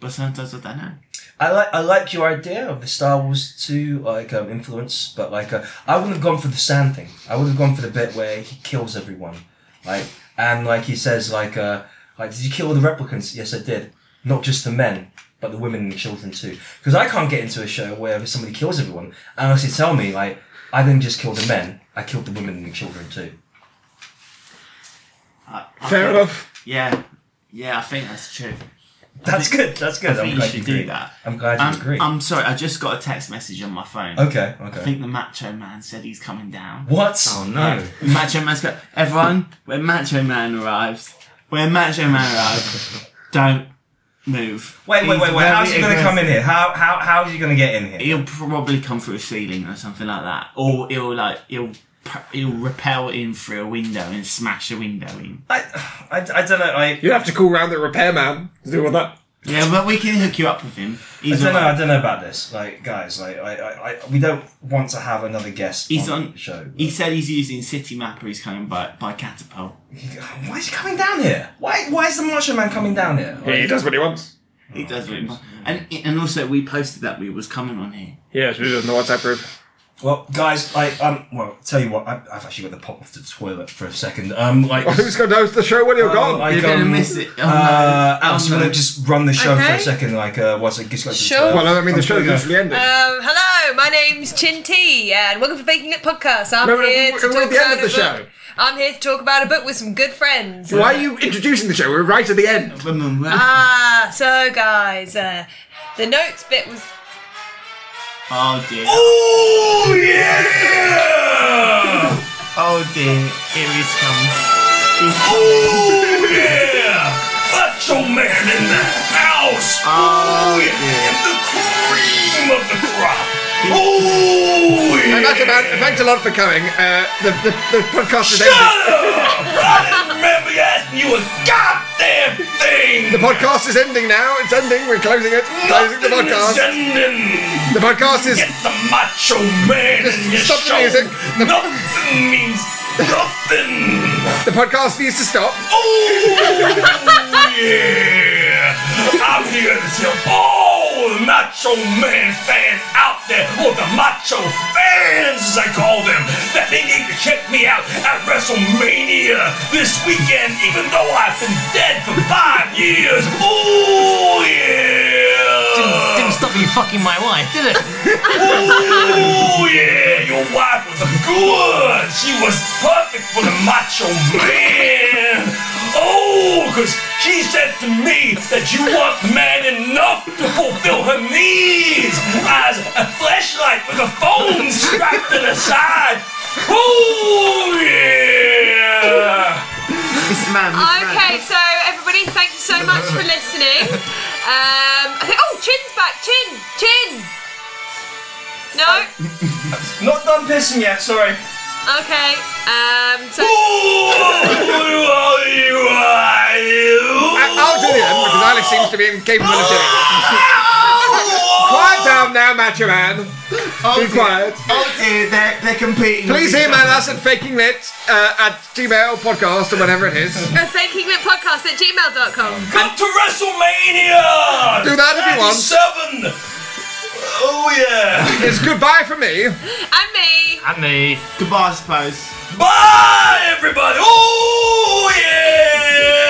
C: but sometimes I don't know.
A: I like I like your idea of the Star Wars two like um, influence, but like uh, I wouldn't have gone for the sand thing. I would have gone for the bit where he kills everyone, like and like he says like uh like did you kill all the replicants? Yes, I did. Not just the men, but the women and the children too. Because I can't get into a show where somebody kills everyone unless you tell me like I didn't just kill the men, I killed the women and the children too.
C: I, I
B: Fair
C: think-
B: enough.
C: Yeah, yeah, I think that's true.
A: That's good. That's good. I'm
C: I think you
A: glad
C: should
A: you
C: do
A: agree.
C: that.
A: I'm glad you
C: Um,
A: agree.
C: I'm sorry, I just got a text message on my phone.
A: okay.
C: I
A: Okay.
C: think the Macho Man said he's coming down.
A: What?
F: Oh, no.
C: Macho Man's got everyone. When Macho Man arrives, when Macho Man arrives, don't move.
A: Wait, wait,
C: He's
A: wait, wait. How's he
C: very
A: going to come in
C: aggressive.
A: here? How how how is he going to get in here?
C: He'll probably come through a ceiling or something like that, or he'll like he'll he'll rappel in through a window and smash a window in.
A: I, I, I don't know. I,
B: You'd have to call round the repairman to deal with that.
C: Yeah, but we can hook you up with him.
A: I
C: He's
A: don't know.
C: on,
A: I don't know about this. Like, guys, like, I, I, I we don't want to have another guest
C: He's
A: on,
C: on-
A: the show.
C: he said he's using City Mapper. He's coming by by catapult.
A: why is he coming down here? Why why is the Martian Man coming down here? Like,
B: He does what he wants.
A: Oh,
C: He does really well. And and also we posted that we was coming on here.
B: Yes, we doesn't know what's group.
A: well, guys, like, um, well, tell you what, I, I've actually got to pop off to the toilet for a second. Um, like,
B: Oh, Who's going to host the show when you're
A: um,
B: gone?
A: like,
C: You're gonna
A: um,
C: miss it. Oh,
A: Uh,
C: no.
A: Alice,
C: Oh,
A: you want
C: no.
A: to just run the show for
E: Okay.
A: a second? Like, uh, what's it? Just go to the
E: Sure.
A: toilet.
B: well, I mean, the
A: I'm
B: show is
A: gonna go.
B: literally ending.
E: Um, hello, my name's Chin T, and welcome to Faking It Podcast. I'm
B: No, no,
E: here
B: we're-
E: to
B: we're
E: talk
B: at the end
E: about
B: of the
E: a book.
B: show.
E: I'm here to talk about a book with some good friends.
B: Why are you introducing the show? We're right at the end.
C: Women, well-
E: Ah, so guys, uh, the notes bit was
C: oh dear.
A: Oh yeah!
C: Oh dear. Here he's coming. He's-
A: Oh yeah! Macho man in the house! Oh yeah! And the cream of the crop! Oh
B: And that's
A: yeah!
B: about. Thanks a lot for coming. Uh, the, the, the podcast is
A: Shut
B: ending.
A: up! I didn't remember asking you a goddamn
B: The
A: thing!
B: podcast is ending now. It's ending. We're closing it. Closing the
A: Nothing is
B: podcast.
A: ending!
B: The podcast is.
A: Get the macho man
B: Just
A: in your
B: stop the
A: show.
B: music. The-
A: Nothing means nothing!
B: The podcast needs to stop.
A: Oh yeah! I'm here to tell all the Macho Man fans out there, or the Macho fans as I call them, that they need to check me out at WrestleMania this weekend, even though I've been dead for five years. Ooh, yeah!
F: Didn't stop you fucking my wife, did it?
A: Ooh, yeah, your wife was good. She was perfect for the macho man. Oh, because she said to me that you want man enough to fulfill her needs as a flashlight with a phone strapped to the side. Ooh, yeah.
C: Mr. Man, Mr. Man.
E: Okay, so everybody, thank you so much for listening. Um, I think, oh, Chin's back. Chin, Chin. No.
K: Not done pissing yet, sorry.
E: Okay. Um. So.
B: I- I'll do the end because Alex seems to be incapable of doing it. Quiet down now, Macho Man.
C: Oh,
B: Be
C: dear.
B: quiet.
C: Oh dear, they're, they're competing. with
B: Please
C: each
B: email
C: other.
B: us at fakinglit uh, at gmail podcast or whatever it is.
E: Uh, fakingwitpodcast at gmail.com.
A: Come to WrestleMania!
B: Do that if you want.
A: 97. Oh, yeah.
B: It's goodbye from me.
E: And me.
F: and me.
C: Goodbye, I suppose.
A: Bye, everybody. Oh, yeah.